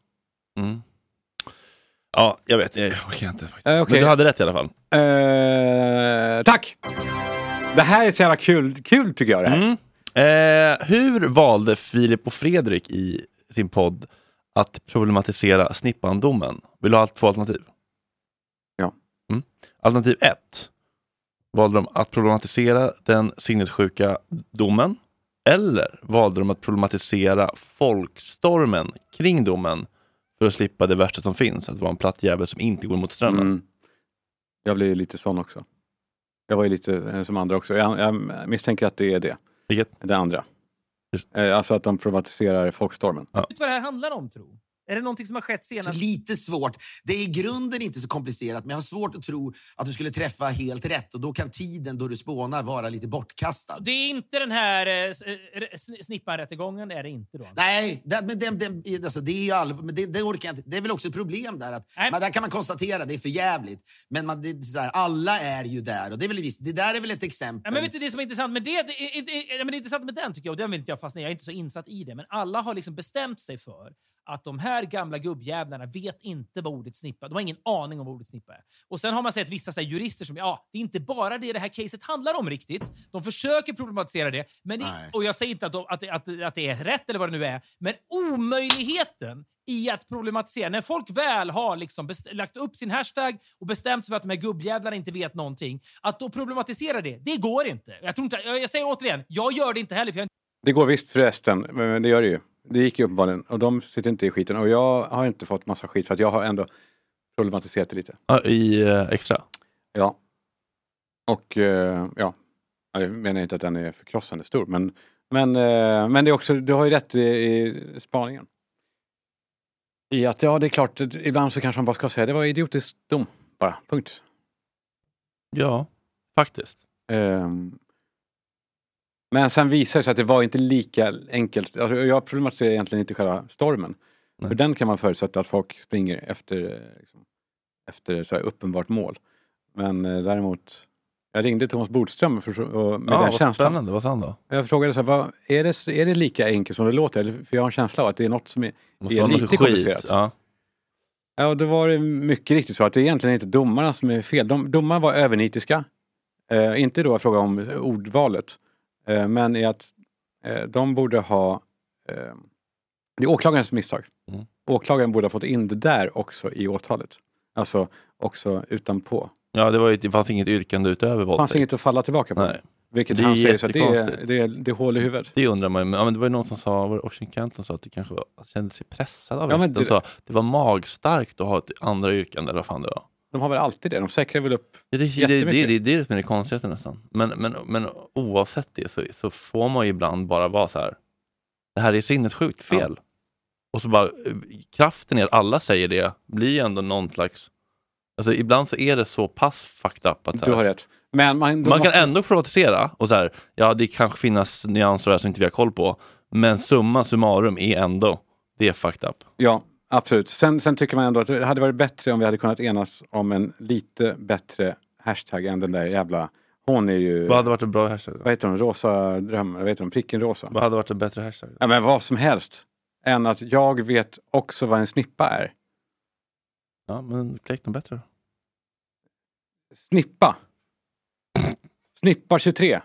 Mm. Ja, jag vet, jag orkar inte faktiskt.
Eh, okej.
Men du hade rätt i alla fall.
Eh, tack! Det här är så jävla kul, kul tycker jag det här.
Mm. Eh, hur valde Filip och Fredrik i sin podd att problematisera snippandomen. Vill du ha två alternativ?
Ja.
Mm. Alternativ ett valde de att problematisera den sinnessjuka domen eller valde de att problematisera folkstormen kring domen för att slippa det värsta som finns, att vara en platt jävel som inte går mot strömmen.
Mm. Jag blir lite sån också. Jag var ju lite eh, som andra också. Jag, jag misstänker att det är det.
Vilket?
Det andra. Eh, alltså att de problematiserar folkstormen.
Vet du vad det här handlar om, tro? Är det någonting som har skett senast?
Så lite svårt. Det är i grunden inte så komplicerat, men jag har svårt att tro att du skulle träffa helt rätt och då kan tiden då du spånar vara lite bortkastad.
Det är inte den här eh, s- eh, sn- snippanrättegången, är det inte då?
Nej, det, men den, den, alltså, det är ju all, men det, det orkar jag inte. Det är väl också ett problem där. Att, man, där kan man konstatera det är för jävligt. Men man, det, är så här, alla är ju där och det är väl visst, det där är väl ett exempel.
Ja, men vet du, det som är intressant med, det, det, är- det, är- ja, men det är intressant med den, tycker jag, och den vill inte jag fastna i, jag är inte så insatt i det, men alla har liksom bestämt sig för att de här gamla gubbjävlarna vet inte vad ordet snippa De har ingen aning om vad ordet snippa är. Och sen har man sett vissa så här jurister som, ja, det är inte bara det det här caset handlar om riktigt. De försöker problematisera det, men det, och jag säger inte att, de, att, det- att, det- att det är rätt eller vad det nu är, men omöjligheten i att problematisera. När folk väl har liksom best- lagt upp sin hashtag och bestämt sig för att de här gubbjävlarna inte vet någonting, att då problematisera det, det går inte. Jag, tror inte, jag, jag säger återigen, jag gör det inte heller för jag
Det går visst förresten, men men det gör det ju. Det gick ju uppenbarligen och de sitter inte i skiten. Och jag har inte fått massa skit för att jag har ändå problematiserat det lite.
Ja, I eh, extra?
Ja. Och eh, ja, Ja, jag menar inte att den är förkrossande stor, men, men, eh, men det är också, du har ju rätt i, i spaningen. I att ja, det är klart, att ibland så kanske man bara ska säga det var idiotisk dom, bara, punkt.
Ja, faktiskt.
Ehm, men sen visar det sig att det var inte lika enkelt. Alltså, jag problematiserar egentligen inte själva stormen. För den kan man förutsätta att folk springer efter, eh, liksom, efter så här uppenbart mål. Men eh, däremot, jag ringde Thomas Bodström för, och, med
ja,
den
vad
känslan.
spännande. Vad sa han då?
Jag frågade så här, vad, är, det, är det lika enkelt som det låter? Eller- För jag har en känsla av att det är något som är,
Måste
är
vara något
lite
skit,
komplicerat.
ja.
Ja, och då var det mycket riktigt så att det är egentligen inte domarna som är fel. De, domarna var övernitiska. Eh, inte då fråga om ordvalet, eh, men i att eh, de borde ha... Eh, det är åklagarens misstag.
Mm.
Åklagaren borde ha fått in det där också i åtalet. Alltså också utanpå.
Ja, det, var ju, det fanns inget yrkande utöver
Det
våldtäkt.
fanns inget att falla tillbaka på.
Nej.
Vilket
Det är
han säger, så att det är,
jättekonstigt.
det, är, det är hål i huvudet.
Det undrar man ju. Men, ja, men det var ju någon som sa, var det Ocean Kent som sa att det kanske var, att kände sig pressad av
Ja,
ja,
men
det. De
det-
sa det var magstarkt att ha ett andra yrkande eller vad fan det var.
De har väl alltid det, de säkrar väl upp
Ja, det, det, det,
jättemycket.
det, det, är det som är det konstigaste nästan. Men, men, men oavsett det så, så får man ju ibland bara vara så här. Det här är sinnessjukt fel. Och så bara eh, kraften i att alla säger det blir ju ändå någon slags... Alltså ibland så är det så pass fucked up att... så
Du
här-
har rätt. Men man, då
man
måste-
kan ändå problematisera och så här, ja det kanske finns nyanser här som inte vi har koll på, men summa summarum är ändå, det är fucked up.
Ja, absolut. Sen, sen tycker man ändå att det hade varit bättre om vi hade kunnat enas om en lite bättre hashtag än den där jävla... Hon är ju...
Vad hade varit en bra hashtag?
Vad heter hon? Rosa dröm? Vad heter hon? Pricken rosa?
Vad hade varit en bättre hashtag?
Ja, men vad som helst. Än att jag vet också vad en snippa är.
Ja, men kläck något bättre då.
Snippa. Snippa 23.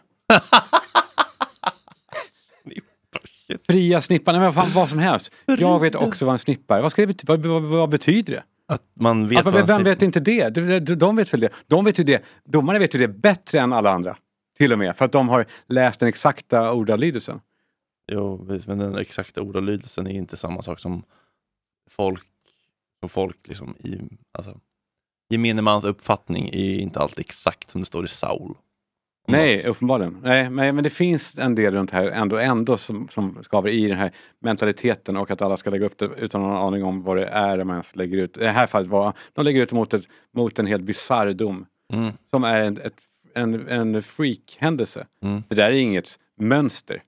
Fria snippan, nej men fan vad som helst. Jag vet också vad en snippa är. Vad, ska det, bety- vad, vad, vad betyder det?
Att man vet
men
vad en
vem
snipp-
vet inte det? De, de, de vet väl det? De vet ju det. Domarna vet ju det bättre än alla andra. Till och med, för att de har läst den exakta ordalydelsen.
Mm. Jo, visst, men den exakta ordalydelsen är ju inte samma sak som folk, som folk liksom i, alltså, gemene mans uppfattning är inte alltid exakt som det står i Saul.
Nej, uppenbarligen. Nej, men, men det finns en del runt här ändå, ändå som, som skaver i den här mentaliteten och att alla ska lägga upp det utan någon aning om vad det är de ens lägger ut. I det här fallet var de lägger ut mot, ett, mot en helt bisarr dom
Mm.
som är en, ett, en, en freak-händelse.
Mm.
Det där är inget mönster.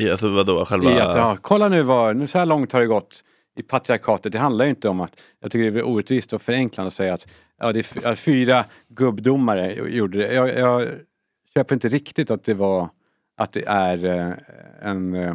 I, alltså vadå, själva...
I att, ja, kolla nu vad, nu så här långt har det gått i patriarkatet. Det handlar ju inte om att, jag tycker det är orättvist och förenklande att säga att ja, det är fy- ja, fyra gubbdomare gjorde det. Jag, jag köper inte riktigt att det var, att det är eh, en, eh,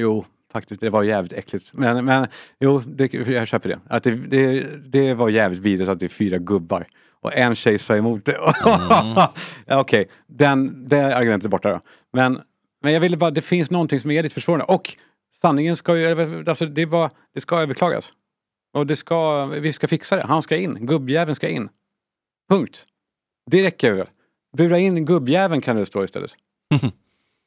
jo, faktiskt det var jävligt äckligt. Men, men jo, det, jag köper det. Att det, det. Det var jävligt vidrigt att det är fyra gubbar och en tjej sa emot det. Ja, Okej, den det argumentet är borta då. Men, men jag ville bara, det finns någonting som är lite försvårande. Och sanningen ska ju... Alltså det, var, det ska överklagas. Och det ska, vi ska fixa det. Han ska in. Gubbjäveln ska in. Punkt. Det räcker väl. Bura in gubbjäveln kan det stå istället.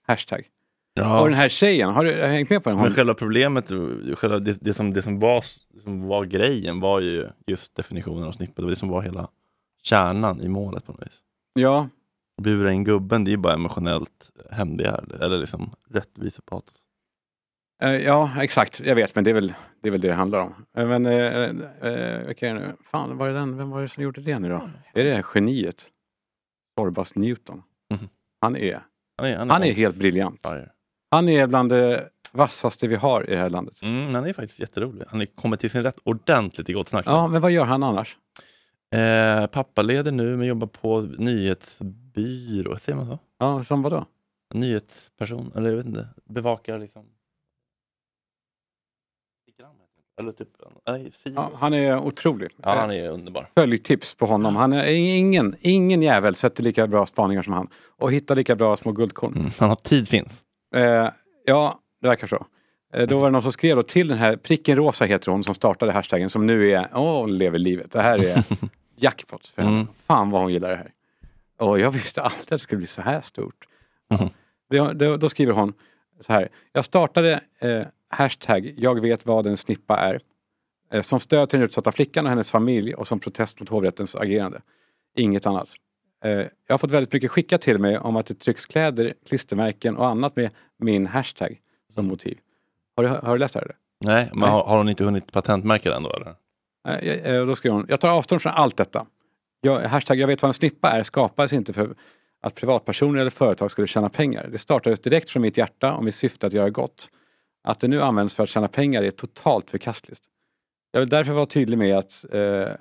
Hashtag.
Ja.
Och den här tjejen, har du hängt med på den? Hon,
Men själva problemet, själva det, det, som, det, som var, det som var grejen var ju just definitionen av snippa. Det var det som var hela kärnan i målet på något vis.
Ja.
Bura in gubben, det är ju bara emotionellt hämndbegär eller liksom rättvisepatos.
Eh, ja, exakt. Jag vet, men det är väl det är väl det, det handlar om. Eh, Men, eh, eh, vilka är det nu? Fan, var det den? vem var det som gjorde det nu då? Är det det här geniet? Sorbas Newton.
Mhm.
Han är,
han är,
han är helt briljant. Han är bland det vassaste vi har i det här landet.
Mm, han är faktiskt jätterolig. Han är- kommer till sin rätt ordentligt i Gott Snack.
Ja, men vad gör han annars?
Eh, pappa leder nu men jobbar på nyhetsbyrå, säger man så?
Ja, som vadå?
Nyhetsperson, eller jag vet inte. Bevakar liksom. Eller typ, nej, Sirius.
Ja, han är otrolig.
Ja, han är underbar.
Följtips på honom. Han är ingen, ingen jävel sätter lika bra spaningar som han. Och hittar lika bra små guldkorn.
Mm, han har tid finns.
Eh, ja, det verkar så. Eh, då var det någon som skrev då till den här, Pricken Rosa heter hon som startade hashtaggen som nu är, åh, hon lever livet. Det här är jackpot för henne. Fan vad hon gillar det här. Och jag visste aldrig att det skulle bli så här stort. Det, det, då skriver hon så här. Jag startade eh, hashtag jag vet vad en snippa är. Eh, som stöd till den utsatta flickan och hennes familj och som protest mot hovrättens agerande. Inget annat. Eh, jag har fått väldigt mycket skickat till mig om att det trycks kläder, klistermärken och annat med min hashtag som motiv. Har du, har du läst det här? Eller?
Nej, men
Nej.
Har, har hon inte hunnit patentmärka den då eller?
Eh, jag- eh, Då skriver hon, jag tar avstånd från allt detta. Jag, hashtag jag vet vad en snippa är skapades inte för att privatpersoner eller företag skulle tjäna pengar. Det startades direkt från mitt hjärta och med syfte att göra gott. Att det nu används för att tjäna pengar är totalt förkastligt. Jag vill därför vara tydlig med att, eh, eh,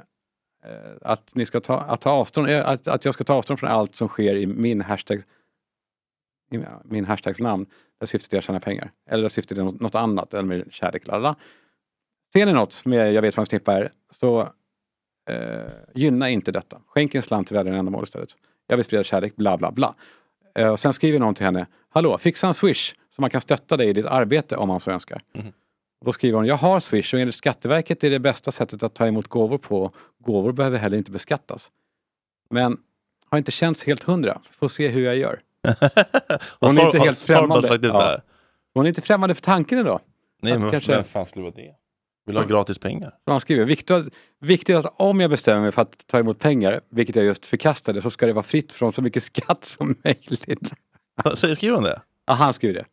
att, ni ska ta, att, ta avstånd, eh, att, att jag ska ta avstånd från allt som sker i min hashtag i min hashtags namn, där syftet är att tjäna pengar. Eller där syftet är något, något annat, eller med kärlek, lalala. Ser ni något med Jag vet vad en snippa är, så eh, gynna inte detta. Skänk en slant till välgörenhetsändamål istället. Jag vill sprida kärlek, bla bla bla. Eh, och sen skriver någon till henne, hallå, fixa en swish så man kan stötta dig i ditt arbete om man så önskar. Och Då skriver hon, jag har Swish och enligt Skatteverket är det bästa sättet att ta emot gåvor på. Gåvor behöver heller inte beskattas. Men har inte känts helt hundra. Får se hur jag gör.
Har
Hon
Sor-
är inte
har
helt
Sorbas
främmande.
sagt det där?
Hon är inte främmande för tanken idag.
Nej,
Att
men
kanske-
kanske... vem fan skulle vara det? Vill ha gratis pengar?
Så han skriver, viktigt, viktigt att om jag bestämmer mig för att ta emot pengar, vilket jag just förkastade, så ska det vara fritt från så mycket skatt som möjligt.
Så skriver han det?
Ja, han skriver det.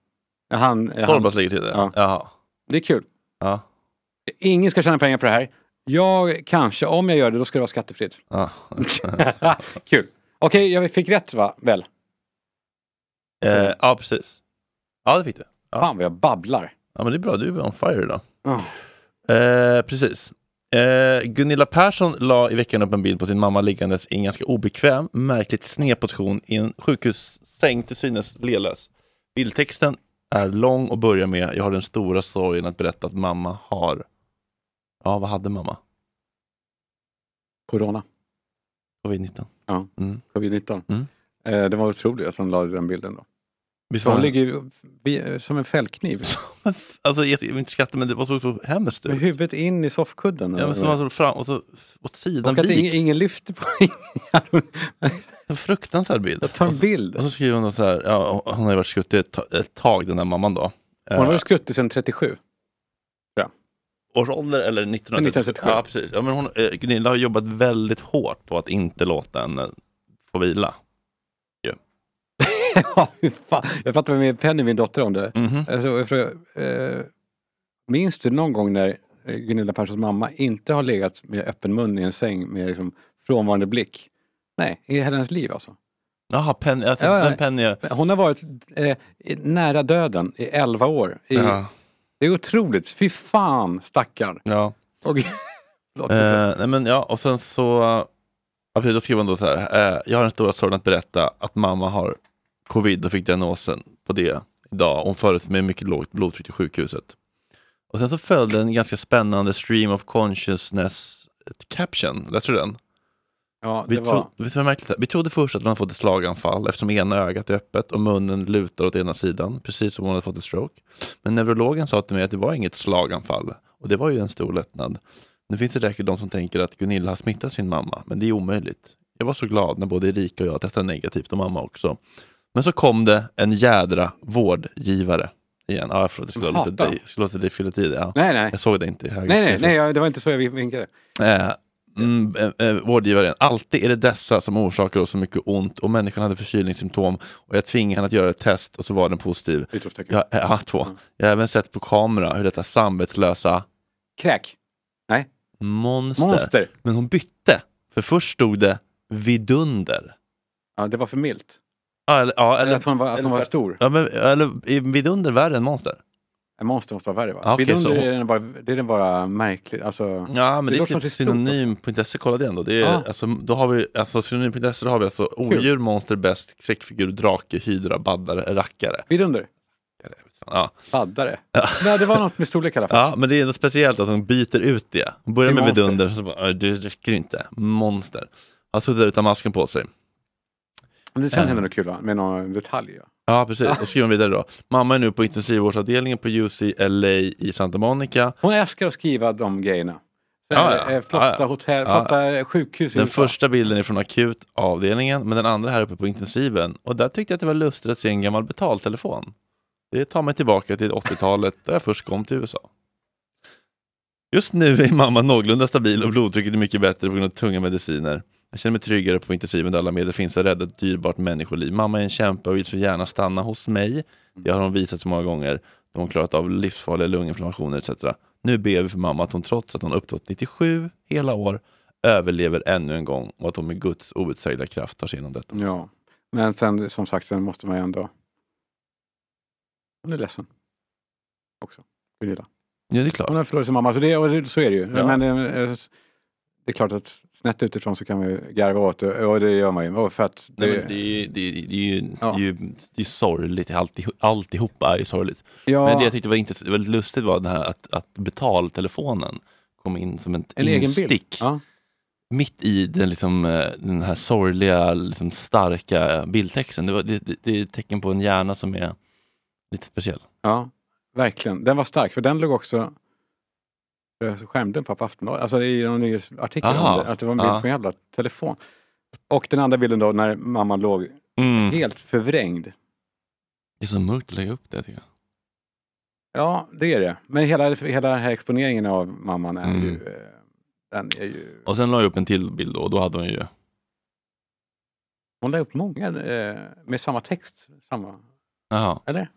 Ja, Han, ja, han,
Torbas ligger till det?
Ja.
Jaha.
det är kul.
Ja.
Ingen ska tjäna pengar på det här. Jag kanske, om jag gör det, då ska det vara skattefritt.
Ja.
kul. Okej, jag fick rätt va? Väl?
Eh, ja, precis. Ja, det fick du. Ja.
Fan vad jag babblar.
Ja, men det är bra. Du är on fire idag.
Ja.
Eh, precis. Eh, Gunilla Persson la i veckan upp en bild på sin mamma liggandes i en ganska obekväm, märkligt sned position i en sjukhussäng till synes lealös. Bildtexten är lång och börjar med Jag har den stora sorgen att berätta att mamma har... Ja, vad hade mamma?
Corona.
Covid-19.
Ja,
Mm.
covid-19.
Mm.
Eh, det var otroligt att de la den bilden då.
Visst var
De
den-
ligger ju vi- som en fällkniv.
Alltså, jag vill inte skratta, men det var så, så hemskt
Med
ut.
huvudet in i soffkudden.
Ja, men så man så fram och så åt sidan
och att ingen,
vikt.
ingen lyfter på
En fruktansvärd bild. Jag
tar en bild.
Och så skriver hon då så här, ja, hon har ju varit skuttig ett, ta- ett tag den här mamman då. Eh,
Hon har varit skruttig sedan 37.
Årsålder eller 1937?
1937.
Ja, precis. Ja, men hon, eh, Gunilla har jobbat väldigt hårt på att inte låta henne få vila.
Fan, jag pratade med Penny, min dotter, om det.
Mhm.
Alltså, jag frågade, eh, minns du någon gång när eh, Gunilla Perssons mamma inte har legat med öppen mun i en säng med liksom, frånvarande blick? Nej, i hela hennes liv alltså.
Jaha, Penny. Alltså,
Ja, ja.
den Penny är...
Hon har varit eh, i- nära döden i 11 år. I,
Ja.
Det är otroligt. Fy fan, stackarn.
Ja.
Och, Förlåt.
Eh, nej, men ja, och sen så... Ja, precis, då skriver hon då så här. Eh, jag har den stora sorgen att berätta att mamma har covid och fick diagnosen på det idag. Hon fördes med mycket lågt blodtryck till sjukhuset. Och sen så följde en ganska spännande stream of consciousness ett caption. Läste du den?
Ja,
vi,
det
tro,
var-
vi, tror det är märkligt, så här. vi trodde först att hon hade fått ett slaganfall eftersom ena ögat är öppet och munnen lutar åt ena sidan, precis som hon hade fått en stroke. Men neurologen sa till mig att det var inget slaganfall och det var ju en stor lättnad. Nu finns det säkert de som tänker att Gunilla har smittat sin mamma, men det är omöjligt. Jag var så glad när både Erika och jag testade negativt och mamma också. Men så kom det en jädra vårdgivare. Igen. Ja, jag förlåt, jag skulle ha låtit
Hatar.
dig, skulle ha låtit dig fylla tid. Ja.
Nej, nej.
Jag såg det inte. i höger-
Nej, nej, nej, jag- det var inte så jag vinkade.
Eh, mm, eh, eh, vårdgivaren. Alltid är det dessa som orsakar oss så mycket ont och människan hade förkylningssymptom och jag tvingade henne att göra ett test och så var den positiv.
Utropstecken.
Jag, eh, ja, två.
Mm.
jag har även sett på kamera hur detta samvetslösa
Kräk. Nej.
monster.
Monster.
Men hon bytte. För först stod det vidunder.
Ja, det var för milt.
Ja, eller, ja, eller,
Att hon var, att hon var stor.
Ja, men, eller är vidunder värre än monster?
En monster måste vara värre va?
Ja, okej,
Vidunder
så-
är den bara, det är den bara märklig. Alltså,
Ja, men det,
låter
är
som
typ
stort också.
synonym.se, kolla det ändå. Det är,
Ja.
alltså, då har vi, alltså, synonym.se då har vi alltså odjur, monster, bäst, kräckfigur, drake, hydra, baddare, rackare.
Vidunder.
Ja.
Baddare. Nej, det var något med storlek i alla fall.
ja, men det är något speciellt att hon byter ut det. Hon börjar
Det är
med
monster.
vidunder, så bara, "Äh, det räcker inte. Monster. Han suttit där utan masken på sig.
Men sen
Eh.
hände något kul va? Med någon detalj. Ja.
Ja, precis. Och skriver hon vidare då. Mamma är nu på intensivvårdsavdelningen på UCLA i Santa Monica.
Hon älskar att skriva de grejerna.
Ja, ja.
Eh, Flotta
Ja, ja.
hotell,
Ja.
flotta sjukhus i
Den
USA.
första bilden är från akutavdelningen, men den andra här uppe på intensiven. Och där tyckte jag att det var lustigt att se en gammal betaltelefon. Det tar mig tillbaka till 80-talet, där jag först kom till USA. Just nu är mamma någorlunda stabil och blodtrycket är mycket bättre på grund av tunga mediciner. Jag känner mig tryggare på intensiven där alla medel finns att rädda ett dyrbart människoliv. Mamma är en kämpe och vill så gärna stanna hos mig. Det har hon visat så många gånger. De har klarat av livsfarliga lunginflammationer etc. Nu ber vi för mamma att hon trots att hon uppnått 97 hela år överlever ännu en gång och att hon med Guds outsägliga kraft tar sig igenom detta.
Ja. Men sen, som sagt, sen måste man ju ändå... Hon är ledsen. Också. Gunilla.
Ja, det är klart.
Hon har förlorat sin mamma, så, det, och det- så är det ju.
Ja.
Men eh, eh, det är klart att snett utifrån så kan man ju garva åt det, och det gör man ju. Och För att det,
Nej, men det, är, ju- det, är- det, är ju, det är ju det är ju sorgligt, alltihop, alltihopa är ju sorgligt.
Ja.
Men det jag tyckte var inte, väldigt lustigt var det här att, att betaltelefonen kom in som ett
En egen bild.
instick.
Ja.
Mitt i den, liksom, eh, den här sorgliga, liksom, starka bildtexten. Det, var, det, det, det är ett tecken på en hjärna som är lite speciell.
Ja, verkligen. Den var stark, för den låg också eh, skärmden på på Aftonbladet, alltså i någon nyhetsartikel
Aha.
om det, att det var en bild
Ja.
på en jävla telefon. Och den andra bilden då, när mamman låg
Mm.
helt förvrängd.
Det är så mörkt att lägga upp det tycker jag.
Ja, det är det. Men hela, hela den här exponeringen av mamman är
Mm.
ju... eh, Den är ju...
Och sen la jag upp en till bild då, och då hade hon ju...
Hon la upp många eh, med samma text. Samma.
Jaha.
Eller?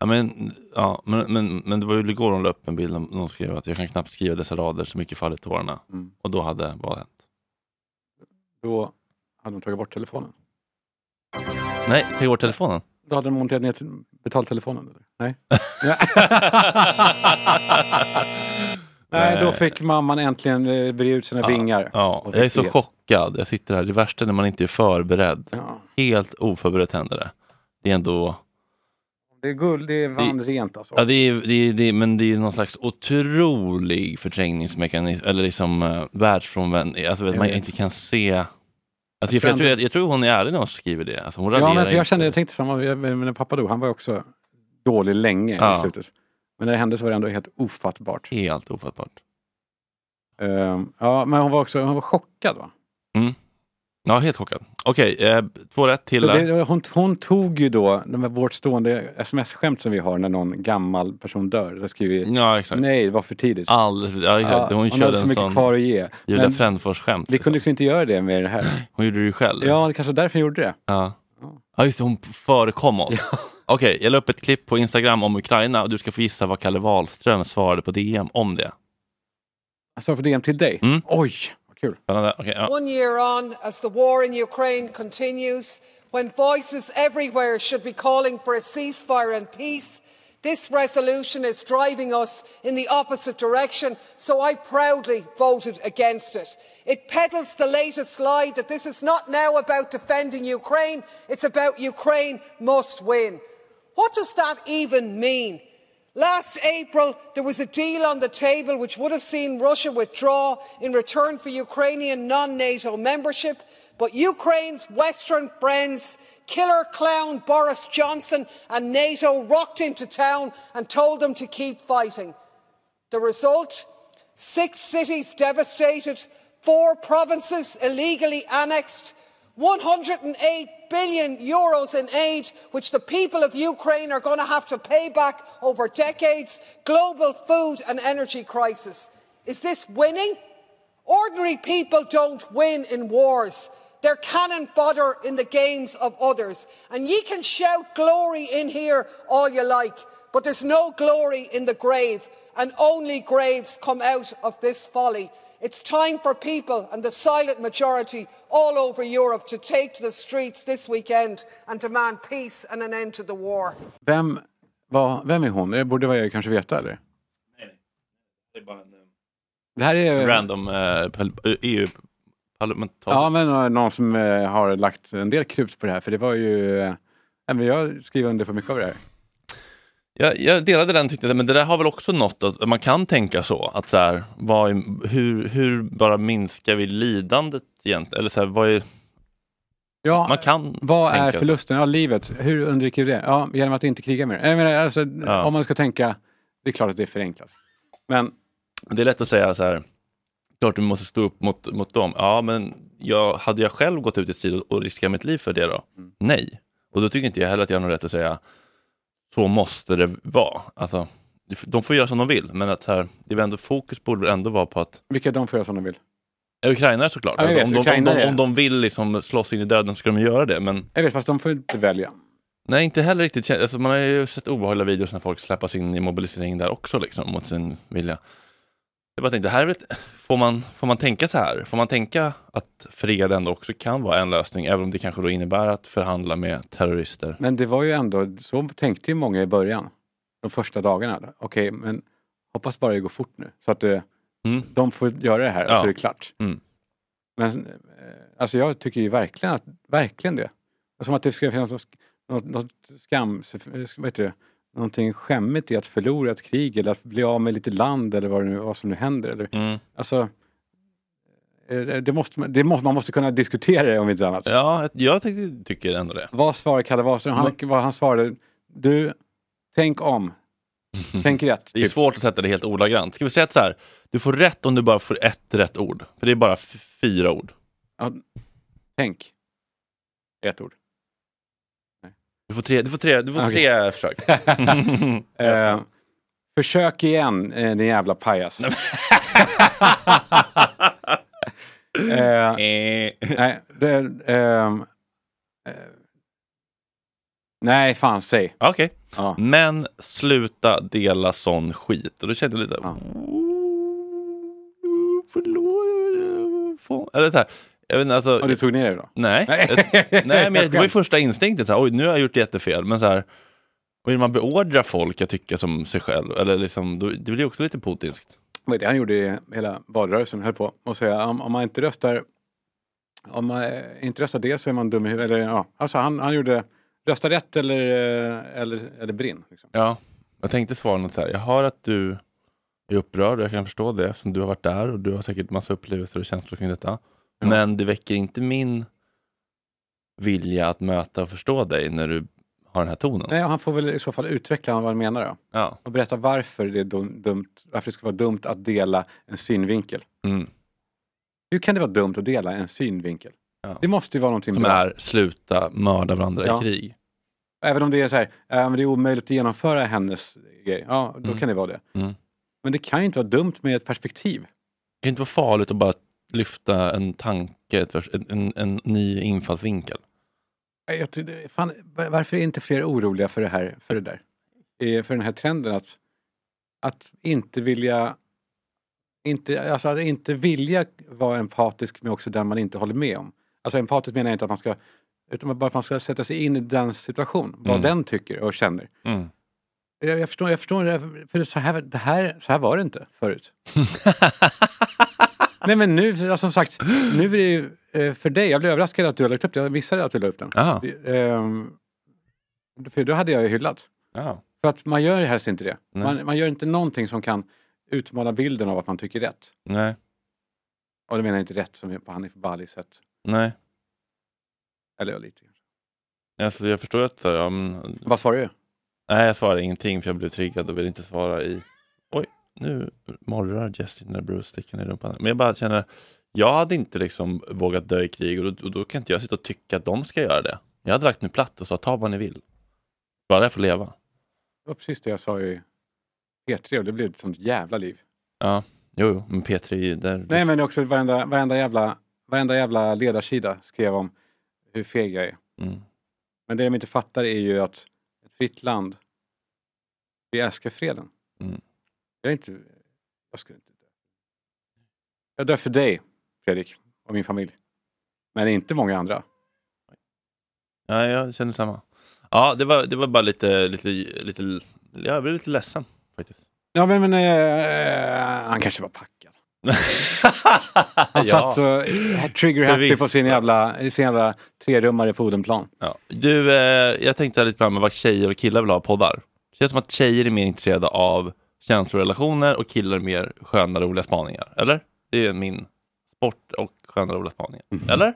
Ja, men, ja, men, men, men det var ju igår hon la upp en bild, om- någon skrev att jag kan knappt skriva dessa rader, så mycket faller tårarna.
Mm.
Och då hade vad hänt?
Då hade hon tagit bort telefonen.
Nej, ta bort telefonen.
Då hade de monterat ner till betaltelefonen? Eller? Nej. Nej, då fick mamman äntligen eh, bre ut sina vingar.
Ja,
Och
jag är
fick
så
frihet.
chockad. Jag sitter här. Det värsta är när man inte är förberedd. Helt oförberett händer det. Det är ändå...
Det är guld, det är vann rent alltså.
Ja, det är, det är, det är, men det är någon slags otrolig förträngningsmekanism, eller liksom eh, världsfrånvänd, alltså, att
Jag
man
vet.
inte kan se. Alltså,
Jag
jag,
tror
jag, tror, jag, jag tror hon är ärlig när hon skriver det. Alltså, hon
Ja,
raderar
men för jag
inte.
kände, jag tänkte samma, jag- men när pappa dog, han var ju också dålig länge
Ja.
i slutet. Men när det hände så var det ändå helt ofattbart.
Helt ofattbart.
Ehm, ja, men hon var också hon var chockad va?
Ja, helt chockad. Okej, eh, två rätt till.
Så
där.
det, hon, hon tog ju då, de här vårt stående sms-skämt som vi har när någon gammal person dör. Då skriver vi
Ja, Mm, exakt.
nej, det var för tidigt.
Alldeles, ja, exakt.
Ja,
hon
hon hade
körde
så
en
mycket
sån
kvar att ge.
Julia
Men-
Frändfors-skämt.
Vi kunde liksom inte göra det med det här.
Hon gjorde det ju själv.
Ja, det kanske var därför hon gjorde det.
Ja. ja, just det, hon förekom oss. Okej, jag la upp ett klipp på Instagram om Ukraina och du ska få gissa vad Kalle Wahlström svarade på DM om det.
Alltså för DM till dig?
Mm.
Oj, vad kul.
Spännande. Okej, ja.
One year on, as the war in Ukraine continues, when voices everywhere should be calling for a ceasefire and peace, this resolution is driving us in the opposite direction, so I proudly voted against it. It peddles the latest lie that this is not now about defending Ukraine, it's about Ukraine must win. What does that even mean? Last April, there was a deal on the table which would have seen Russia withdraw in return for Ukrainian non NATO membership, but Ukraine's Western friends, killer clown Boris Johnson and NATO, rocked into town and told them to keep fighting. The result? Six cities devastated, four provinces illegally annexed, 108 billion euros in aid, which the people of Ukraine are going to have to pay back over decades, global food and energy crisis. Is this winning? Ordinary people don't win in wars. They're cannon fodder in the games of others. And ye can shout glory in here all you like, but there's no glory in the grave, and only graves come out of this folly. It's time for people and the silent majority all over Europe to take to the streets this weekend and demand peace and an end to the war.
Vem, var, vem är hon? Det borde jag kanske veta, eller?
Det är bara en eh,
Det här är...
random eh, pal- EU-parlamentariker.
Ja, men eh, någon som eh, har lagt en del krut på det här, för det var ju... eh, Nej, men jag skriver under för mycket av det här.
Jag, jag delade den tyckte jag, men det där har väl också något att man kan tänka så. Att så här, vad är, hur, hur bara minskar vi lidandet egentligen? Eller så här, vad är,
Ja,
man kan
Vad är
tänka så.
förlusten av livet? Hur undviker vi det? Ja, genom att inte kriga mer. Jag menar, alltså,
Ja.
Om man ska tänka, det är klart att det är förenklat. Men
Det är lätt att säga så här, klart vi måste stå upp mot, mot dem. Ja, men jag, hade jag själv gått ut i strid och, och riskerat mitt liv för det då?
Mm.
Nej. Och då tycker inte jag heller att jag har någon rätt att säga, så måste det vara. Alltså, de får göra som de vill, men att så här, det är väl ändå, fokus borde väl ändå vara på att
vilka de får göra som de vill.
Ja, Ukrainare såklart.
Ja,
Alltså,
jag vet,
om, de, om,
ukrainare.
de, om de vill liksom slåss in i döden så ska de göra det. Men
Jag vet, fast de får inte välja.
nej, inte heller riktigt. Kän- Alltså, man har ju sett obehagliga videos när folk släppas in i mobilisering där också, liksom, mot sin vilja. Jag bara tänkte, här är väl ett, får, man, får man tänka så här? Får man tänka att fred ändå också kan vara en lösning, även om det kanske då innebär att förhandla med terrorister?
Men det var ju ändå, så tänkte ju många i början. De första dagarna. Okej, men hoppas bara det går fort nu. Så att eh,
Mm.
de får göra det här och
Ja.
så är det klart.
Mm.
Men eh, alltså jag tycker ju verkligen, att, verkligen det. Som att det ska finnas något, sk- något, något skam, eh, vad heter det, någonting skämmigt i att förlora ett krig eller att bli av med lite land eller vad, det nu, vad som nu händer. Eller,
Mm.
Alltså, eh, det måste, man- det måste, man måste kunna diskutera det om inte annat.
Ja, jag tycker, tycker ändå det.
Vad svarade Kalle Wahlström? Han,
Mm.
vad han svarade, du, tänk om. Tänk rätt. Typ.
Det är svårt att sätta det helt ordagrant. Ska vi säga att så här, du får rätt om du bara får ett rätt ord. För det är bara f- fyra ord.
Ja, tänk. Ett ord.
Du får tre, du får tre, du får
Okej.
tre försök.
Eh, försök igen, eh, din jävla pajas. Eh, nej, det, ehm, eh, nej, fan säg.
Okej.
Ja.
Men sluta dela sån skit. Och då kände jag lite... Förlåt. Eller så här. Jag vet inte, alltså,
Och du tog ner det då?
Nej,
Nej.
Ett- nej men det var ju
Skämt.
första instinkten. Så här, Oj, nu har jag gjort jättefel. Men så här, vill man beordra folk att tycka som sig själv? Eller liksom, då, det blir ju också lite putinskt.
Det var det han gjorde i hela valrörelsen, höll på och säga om, om man inte röstar om man eh, inte röstar det så är man dum i huvudet. Eller, ja. Alltså han, han gjorde rösta rätt eller, eh, eller, eller brinn. Liksom.
Ja, jag tänkte svara något så här. Jag hör att du är upprörd och jag kan förstå det eftersom du har varit där och du har säkert massa upplevelser och känslor kring detta. Men det väcker inte min vilja att möta och förstå dig när du har den här tonen.
Nej, och han får väl i så fall utveckla vad han menar då.
Ja.
Och berätta varför det, är dum, dumt, varför det ska vara dumt att dela en synvinkel.
Mm.
Hur kan det vara dumt att dela en synvinkel?
Ja.
Det måste ju vara någonting
Som
bra.
är sluta mörda varandra
Ja.
i krig.
Även om det är så här, ja, men det är omöjligt att genomföra hennes grej. Ja, då
Mm.
kan det vara det.
Mm.
Men det kan ju inte vara dumt med ett perspektiv.
Det kan inte vara farligt att bara lyfta en tanke, ett vers- en, en, en ny infallsvinkel.
Nej, Jag tror, det- fan, var- varför är inte fler oroliga för det här, för det där? Eh, För den här trenden att, att inte vilja inte, alltså att inte vilja vara empatisk med också den man inte håller med om. Alltså empatisk menar jag inte att man ska, utan bara att man ska sätta sig in i den situation, vad
Mm.
den tycker och känner.
Mm.
Jag, jag förstår, jag förstår det, här, för så här, det här, så här var det inte förut. Nej men nu, alltså, som sagt, nu är det ju eh, för dig, jag blev överraskad att du har lagt upp den, jag missade att du la upp den.
Ja.
Det, ehm, för då hade jag ju hyllat.
Ja.
För att man gör ju helst inte det. Man, man gör inte någonting som kan utmana bilden av att man tycker rätt.
Nej.
Och då menar jag inte rätt som på Hanif Balis sätt.
Nej.
Eller ja, lite.
Alltså, jag förstår att... Ja, men...
Vad svarar du?
Nej, jag svarar ingenting för jag blev triggad och vill inte svara i... Oj, nu morrar Justin när Bruce sticker ner rumpan. Men jag bara känner, jag hade inte liksom vågat dö i krig och då, och då kan inte jag sitta och tycka att de ska göra det. Jag hade lagt mig platt och sa ta vad ni vill. Bara jag får leva.
Det var precis det jag sa i P3 och det blev ett sånt jävla liv.
Ja, jo, jo men P3, där...
Nej men också varenda, varenda, jävla, varenda jävla ledarsida skrev om hur feg jag är.
Mm.
Men det de inte fattar är ju att ett fritt land, vi älskar freden.
Mm.
Jag är inte... Jag skulle inte dö. Jag dör för dig, Fredrik, och min familj. Men inte många andra.
Ja, jag känner samma. Ja, det var, det var bara lite, lite, lite, jag blev lite ledsen faktiskt.
Ja, men, men eh, han kanske var packad. Han
Ja.
satt och trigger-happy på
Förvisso.
sin jävla, sin jävla trerummare Fodenplan.
Ja. Du, eh, jag tänkte här lite grann med vad tjejer och killar vill ha i poddar. Det känns som att tjejer är mer intresserade av känslorelationer och killar mer sköna roliga spaningar. Eller? Det är min sport och sköna roliga spaningar. Eller?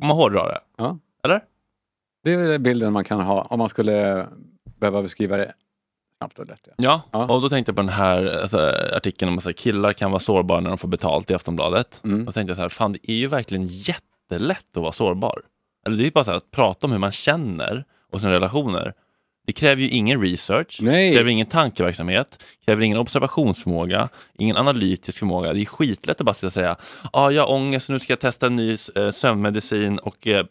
Om man hårdrar det.
Ja.
Eller?
Det är bilden man kan ha om man skulle behöva beskriva det snabbt och lätt.
Ja, och då tänkte jag på den här alltså, artikeln om att killar kan vara sårbara när de får betalt i Aftonbladet. Och då tänkte jag så här, fan det är ju verkligen jättelätt att vara sårbar. Eller det är ju bara så här, att prata om hur man känner och sina relationer. Det kräver ju ingen research, Nej. kräver ingen tankeverksamhet, kräver ingen observationsförmåga, ingen analytisk förmåga. Det är skitlätt att bara sitta och säga, ja, ah, jag har ångest, nu ska jag testa en ny eh, sömnmedicin och eh,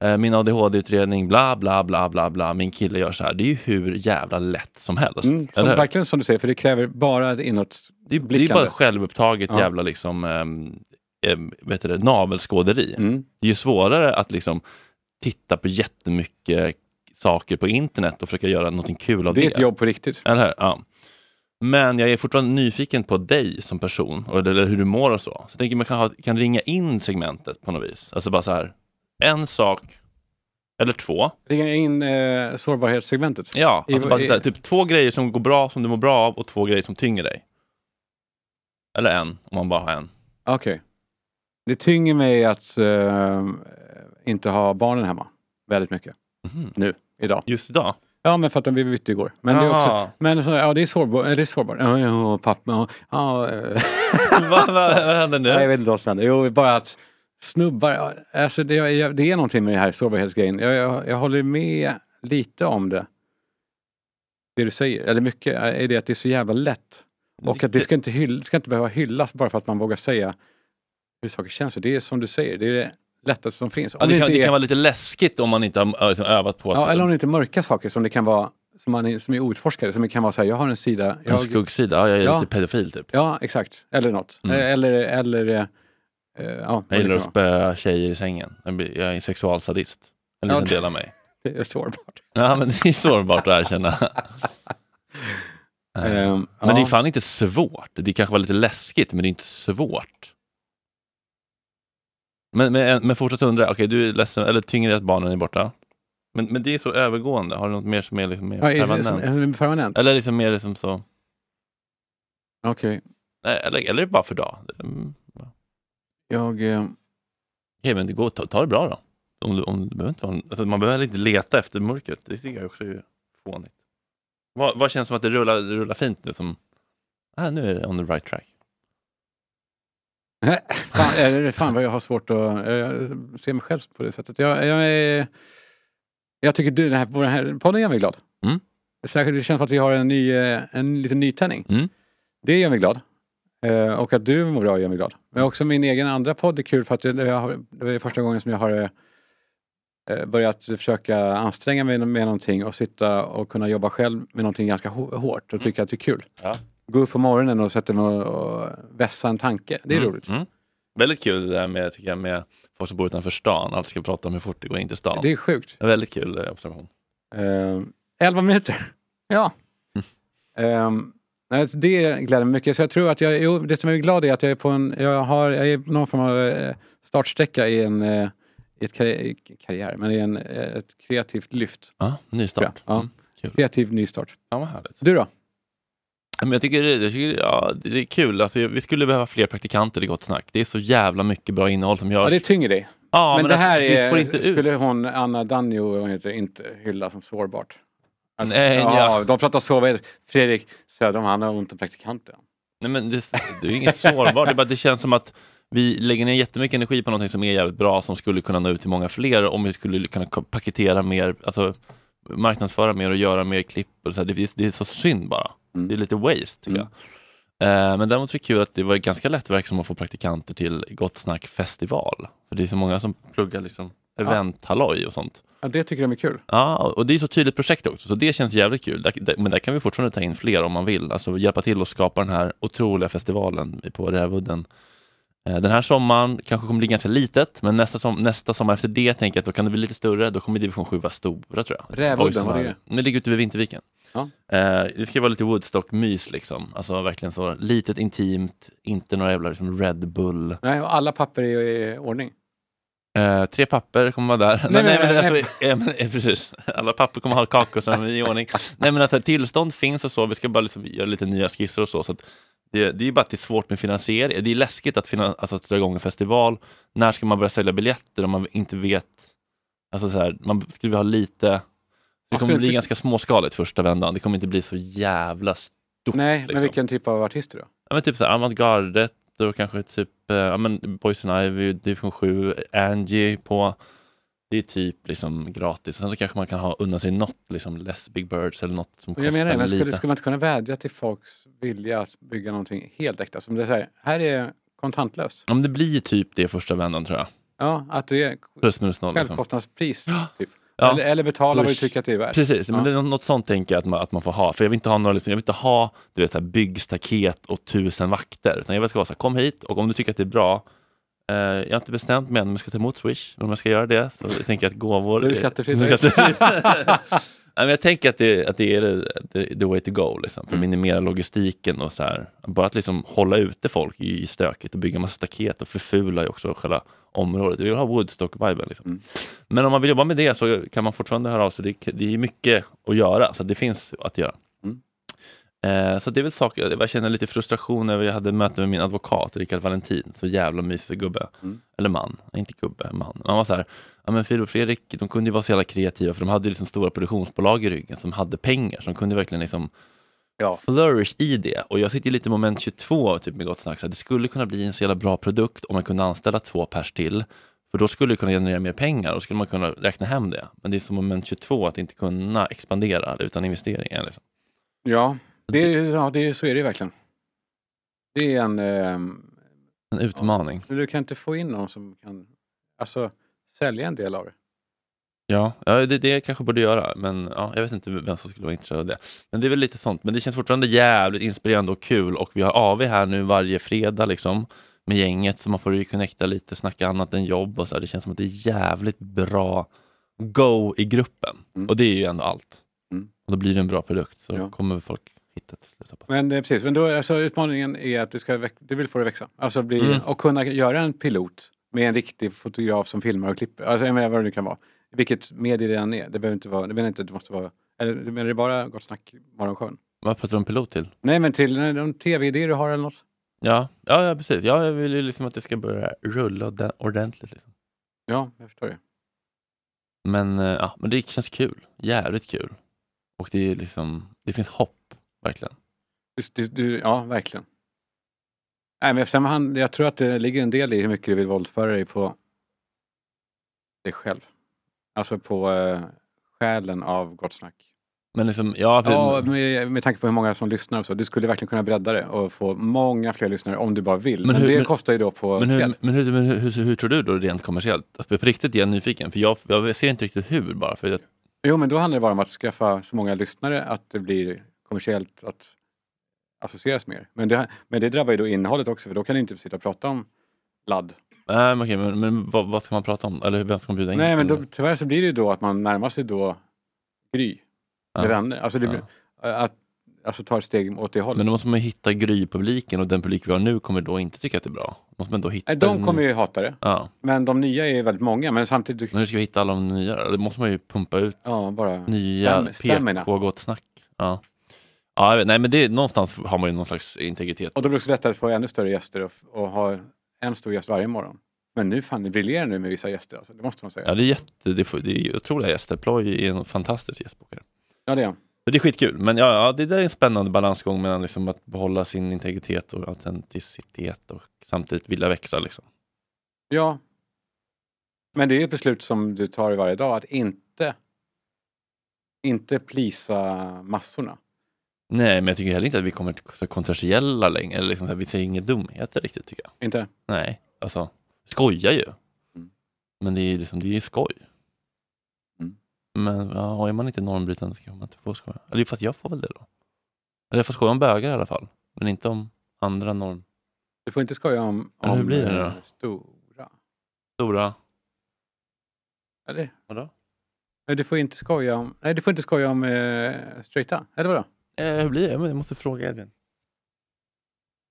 eh, min ADHD-utredning, bla, bla, bla, bla, bla, min kille gör så här. Det är ju hur jävla lätt som helst.
Mm, som,
eller hur?
verkligen som du säger, för det kräver bara ett
Det är, det är ju
inåtblickande.
bara självupptaget
Ja.
jävla liksom, ehm, ehm, vet du det, navelskåderi.
Mm.
Det är ju svårare att liksom titta på jättemycket saker på internet och försöka göra någonting kul av det.
Det är ett jobb på riktigt.
Eller hur? Ja. Men jag är fortfarande nyfiken på dig som person, och- eller hur du mår och så. Så jag tänker man kan, ha, kan ringa in segmentet på något vis. Alltså bara så här, en sak eller två.
Ringa in eh, sårbarhetssegmentet.
Ja,
I-
alltså bara
i-
så här, typ två grejer som går bra, som du mår bra av och två grejer som tynger dig. Eller en, om man bara har en.
Ah, Okej. Det tynger mig att eh, inte ha barnen hemma väldigt mycket. Nu, idag.
Just idag?
Ja, men för att de blev bytte igår. Men det är också,
Jaha.
men så, ja, det är sårbart. Det är sårbart. Ja, ja, pappa, ja, ja. eh.
vad, händer nu?
Nej, jag vet inte vad som händer. Jo, bara att snubbar, ja, alltså det, jag, det är någonting med det här sårbarhetsgrejen. Jag, jag, jag håller med lite om det. Det du säger, eller mycket, är det att det är så jävla lätt. Och att det ska inte, hyll, ska inte behöva hyllas bara för att man vågar säga hur saker känns. Det är som du säger, det är det lättaste som finns. Om
Ja, det, kan,
inte
det
är-
kan vara lite läskigt om man inte har ö, liksom, övat på att
Ja, eller om det inte är mörka saker som det kan vara, som, man är, som är outforskade, som det kan vara så här, jag har en sida.
en
Jag,
skuggsida, ja, jag är
Ja.
lite pedofil typ.
Ja, exakt. Eller något.
Mm.
Eh, Eller, eller, eh, eh, ja. vad det
Jag gillar
kan
att
vara.
spöa tjejer i sängen. Jag blir- jag är en sexualsadist. En
Ja,
liten
det-
del av mig.
Det är sårbart.
Ja, men det är sårbart att erkänna. Eh,
Ehm,
men det
ja.
är fan inte svårt. Det kanske var lite läskigt, men det är inte svårt. Men, eh, men, men fortsätt undra, okej du är ledsen, eller tynger dig att barnen är borta. Men, men det är så övergående, har du något mer som är liksom mer
Ja, är det
permanent?
som- är det permanent?
Eller liksom mer liksom så,
Okej,
nej, eller, eller är det bara för dag? Mm.
jag... eh,
Okej, men det går, ta, ta det bra då. Om du, om du behöver inte, vara- alltså, man behöver inte leta efter mörkret. Det tycker jag också är fånigt. Vad, vad känns som att det rullar, det rullar fint nu? Som, ah, nu är det on the right track.
fan, eller, fan vad jag har svårt att eh, se mig själv på det sättet. Jag, jag, är, jag tycker du, den här, vår här podden gör mig glad.
Mm.
Särskilt det känns som att vi har en, ny, eh, en liten nytändning.
Mm.
Det gör mig glad. Eh, och att du mår bra gör mig glad. Men också min egen andra podd är kul för att jag, jag har, det är första gången som jag har eh, eh, börjat försöka anstränga mig med någonting och sitta och kunna jobba själv med någonting ganska hå- hårt och tycka att det är kul.
Ja.
Gå upp på morgonen och sätta mig och, och vässa en tanke. Det är
Mm,
roligt.
mm. Väldigt kul det där med, tycker jag, med folk som bor utanför stan. Alltid ska prata om hur fort det går in till stan.
Det är sjukt.
En väldigt kul eh, observation.
Eh, 11 minuter. Ja. Ehm, nej, det gläder mig mycket. Så jag tror att jag, jo, det som jag är glad är att jag är på en, jag har, jag är på någon form av eh, startsträcka i en, eh, i ett karri- karriär, men i en, eh, ett kreativt lyft.
Ja,
tror jag.
nystart.
Ja.
Mm.
Kreativ nystart.
Ja, vad härligt.
Du då?
Ja, Men jag tycker, det, jag tycker ja, det det är kul. Alltså, vi skulle behöva fler praktikanter i Gott Snack. Det är så jävla mycket bra innehåll som görs.
Ja, det tynger dig.
Ja,
men,
men
det
att
här
vi
är,
får inte ut-
skulle hon, Anna Danjo, hon heter, inte hylla som sårbart. Att-
Nej,
ja,
ja.
De pratar så, vad heter Fredrik Söderholm, han har ont om praktikanter.
Nej, men det, det är ju inget sårbart. Det, är bara, det känns som att vi lägger ner jättemycket energi på någonting som är jävligt bra, som skulle kunna nå ut till många fler om vi skulle kunna ko- paketera mer, alltså marknadsföra mer och göra mer klipp. Och så här. Det, finns- det är så synd bara. Det är lite waste, tycker jag. Eh, Men däremot så är det kul att det var ett ganska lätt verk som att få praktikanter till Gott Snack Festival. För det är så många som pluggar liksom
Ja.
eventhalloj och sånt.
Ja, det tycker de är kul.
Ja, och det är så tydligt projekt också, så det känns jävligt kul. Där, där, men där kan vi fortfarande ta in fler om man vill, alltså hjälpa till att skapa den här otroliga festivalen på Rävudden. Eh, Den här sommaren kanske kommer bli ganska litet, men nästa, som, nästa sommar efter det tänker jag att då kan det bli lite större. Då kommer division 7 vara stora tror jag.
Rävudden,
Oj,
vad är det?
Men det ligger ute vid Vinterviken.
Ja.
Eh, det ska vara lite Woodstock-mys liksom. Alltså verkligen så litet, intimt, inte några jävla liksom Red Bull.
Nej, och alla papper är i ordning.
Eh, tre papper kommer vara där. Nej,
Nej, nej,
nej, men
nej,
alltså, eh, men, eh, precis. Alla papper kommer ha kakor som är i ordning. Nej, men alltså, tillstånd finns och så. Vi ska bara liksom göra lite nya skisser och så. så att det, det är ju bara att det är svårt med finansiering. Det är läskigt att, finan- alltså, att dra igång en festival. När ska man börja sälja biljetter om man inte vet? Alltså, så här, man skulle vilja ha lite... Det
skulle
kommer bli
inte-
ganska småskaligt första vändan. Det kommer inte bli så jävla stort.
Nej, men
liksom.
vilken typ av artister då?
Ja, men typ så här, avantgardet och kanske typ eh, ja, men Boys and Ivy, Division 7, Angie på. Det är typ liksom gratis. Sen så kanske man kan ha undan sig något, liksom Less Big Birds eller något som
Och jag menar det, men
lite.
skulle, skulle man inte kunna vädja till folks vilja att bygga någonting helt äkta? Som det här, här är kontantlöst.
Ja, men det blir ju typ det första vändan tror jag.
Ja, att det är
Plus minus noll. Liksom.
självkostnadspris. Typ.
Ja.
Eller, eller betala vad du
Swish.
tycker att det är värt.
Precis,
Ja.
men det är nå- något sånt tänker jag att man, att man får ha. För jag vill inte ha, några, liksom, jag vill inte ha du vet, så här, byggstaket och tusen vakter. Utan jag vill att det ska vara så här, kom hit och om du tycker att det är bra eh, jag har inte bestämt mig än om jag ska ta emot Swish, men om jag ska göra det så jag tänker jag att gåvor...
Då är det
eh,
skattefritt.
det är skattefritt. Nej, men jag tänker att det, att det är the, the- the way to go, liksom, för att minimera logistiken och så här. Bara att liksom hålla ute folk i stöket och bygga massa staket och förfula ju också själva området. Vi vill ha Woodstock-viben. Liksom. Men om man vill jobba med det så kan man fortfarande höra av sig. Det, det är mycket att göra, så det finns att göra. Eh, Så det är väl saker, jag känner lite frustration över, jag hade möte med min advokat Rickard Valentin, så jävla mysig gubbe. Eller man, inte gubbe, man. Man var så här, ja men Filip och Fredrik, de kunde ju vara så jävla kreativa för de hade ju liksom stora produktionsbolag i ryggen som hade pengar, som kunde verkligen liksom flourish i det. Och jag sitter ju lite i moment 22 typ med Gott Snack, så här, det skulle kunna bli en så jävla bra produkt om man kunde anställa två pers till. För då skulle det kunna generera mer pengar och skulle man kunna räkna hem det. Men det är som moment 22 att inte kunna expandera utan investeringar. Liksom.
Ja, det är, ja det är, så är det ju verkligen. Det är en... ehm,
En utmaning.
men du kan inte få in någon som kan alltså, sälja en del av det.
Ja, ja det, det jag kanske borde göra, men ja, jag vet inte vem som skulle vara intresserad av det. Men det är väl lite sånt. Men det känns fortfarande jävligt inspirerande och kul och vi har AV här nu varje fredag liksom med gänget så man får ju connecta lite, snacka annat än jobb och så. här. Det känns som att det är jävligt bra go i gruppen och det är ju ändå allt. Och då blir det en bra produkt så
Ja.
kommer folk hitta till slut.
Men eh, precis, men då, alltså, utmaningen är att du, ska väx- du vill få det att växa. Alltså bli,
Mm.
Och kunna göra en pilot med en riktig fotograf som filmar och klipper. Alltså jag menar vad det nu kan vara. Vilket medie det än är. Det behöver inte vara, det menar inte att det måste vara, eller du menar det är bara Gott Snack Morgonshowen?
Vad pratar du om pilot till?
Nej men till nej, de tv-idéer du har eller något.
Ja, ja, ja precis. Ja, jag vill ju liksom att det ska börja rulla orde- ordentligt. Liksom.
Ja, jag förstår det.
Men, eh, ja, men det känns kul. Jävligt kul. Och det, är liksom, det finns hopp, verkligen.
Just, det- du, ja, verkligen. Nej, men sen var han, jag tror att det ligger en del i hur mycket du vill våldföra dig på dig själv. Alltså på eh, själen av Gott Snack.
Men liksom, ja,
Ja, med, med tanke på hur många som lyssnar och så. Du skulle verkligen kunna bredda det och få många fler lyssnare om du bara vill. Men,
Men hur-
det
men-
kostar ju då på
men, hur,
kläd.
men, hur, men hur, hur, hur tror du då rent kommersiellt? Alltså, på riktigt är jag nyfiken, för jag, jag ser inte riktigt hur bara. För jag,
Jo, men då handlar det bara om att skaffa så många lyssnare att det blir kommersiellt att associeras mer. Men det, men det drabbar ju då innehållet också, för då kan du inte sitta och prata om ladd.
nej, men okej, men, men vad, vad ska man prata om? Eller vem ska man bjuda in?
Nej, men då,
Eller-
tyvärr så blir det ju då att man närmar sig då Gry. Eller
Ja.
vänner. Alltså det blir, att, alltså tar ett steg åt det hållet.
Men då måste man ju hitta Gry-publiken och den publik vi har nu kommer då inte tycka att det är bra. Måste man då hitta
Nej, de
en-
kommer ju hata det.
Ja.
Men de nya är ju väldigt många. Men samtidigt...
Men hur ska vi hitta alla de nya då? Det måste man ju pumpa ut.
Ja, bara
Nya
stäm- stämmorna.
PK-gott snack. Ja. Ja, jag vet, nej, men det, någonstans har man ju någon slags integritet.
Och då blir det också lättare att få ännu större gäster och, f- och ha en stor gäst varje morgon. Men nu fan, ni briljerar nu med vissa gäster. Alltså. Det måste man säga.
Ja, det är, jätte, det, får- det är ju otroliga gäster. Ploy är en fantastisk gästbokare.
Ja, det är han.
Så Det är skitkul, men ja, ja, det där är en spännande balansgång mellan liksom att behålla sin integritet och autenticitet och samtidigt vilja växa. Liksom.
Ja. Men det är ett beslut som du tar varje dag, att inte, inte plisa massorna.
Nej, men jag tycker heller inte att vi kommer till så kontroversiella längre. Eller liksom, så här, vi säger inga dumheter riktigt, tycker jag.
Inte?
Nej, alltså, vi skojar ju. Men det är ju liksom, det är ju skoj. Men ja, är man inte normbrytande så kan man inte få skoja. Eller fast jag får väl det då. Eller jag får skoja om bögar i alla fall, men inte om andra norm.
Du får inte skoja om,
Eller hur
om,
blir det
eh,
då?
stora.
Stora.
Eller?
Vadå?
Nej, du får inte skoja om, nej, du får inte skoja om eh, straighta, eller vadå?
Eh, hur blir det? Jag måste fråga Edvin.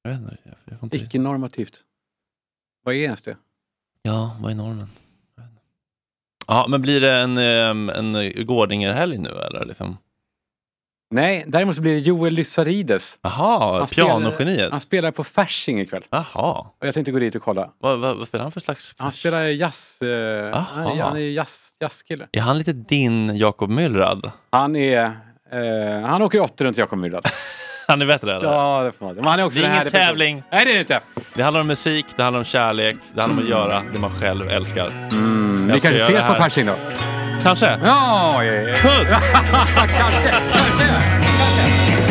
Jag vet inte. Jag, jag får inte riktigt-
Icke-normativt. Vad är ens det?
Ja, vad är normen? Ja, men blir det en, ehm, en Gårdingerhelg nu eller? Liksom?
Nej, däremot så blir det Joel Lysarides.
Jaha, pianogeniet.
Han spelar på Fasching ikväll.
Jaha.
Och jag tänkte gå dit och kolla.
Vad, vad, vad spelar han för slags...
Han spelar jazz... Eh, han, är-
Aha.
han är jazz, jazzkille.
Är han lite din Jakob Myllrad?
Han är... Eh, han åker ju åttor runt Jakob Myrdal.
Han är bättre eller?
ja, det får man. Men han är också
Det
en
är ingen
härlig person.
tävling.
Nej, det är det inte.
Det handlar om musik, det handlar om kärlek, det handlar om att göra det man själv älskar.
Mm,
Jag
vi
ska göra
kanske ses
det
på
här.
Fasching då.
Kanske.
Ja, ja, ja.
Puss!
kanske, kanske.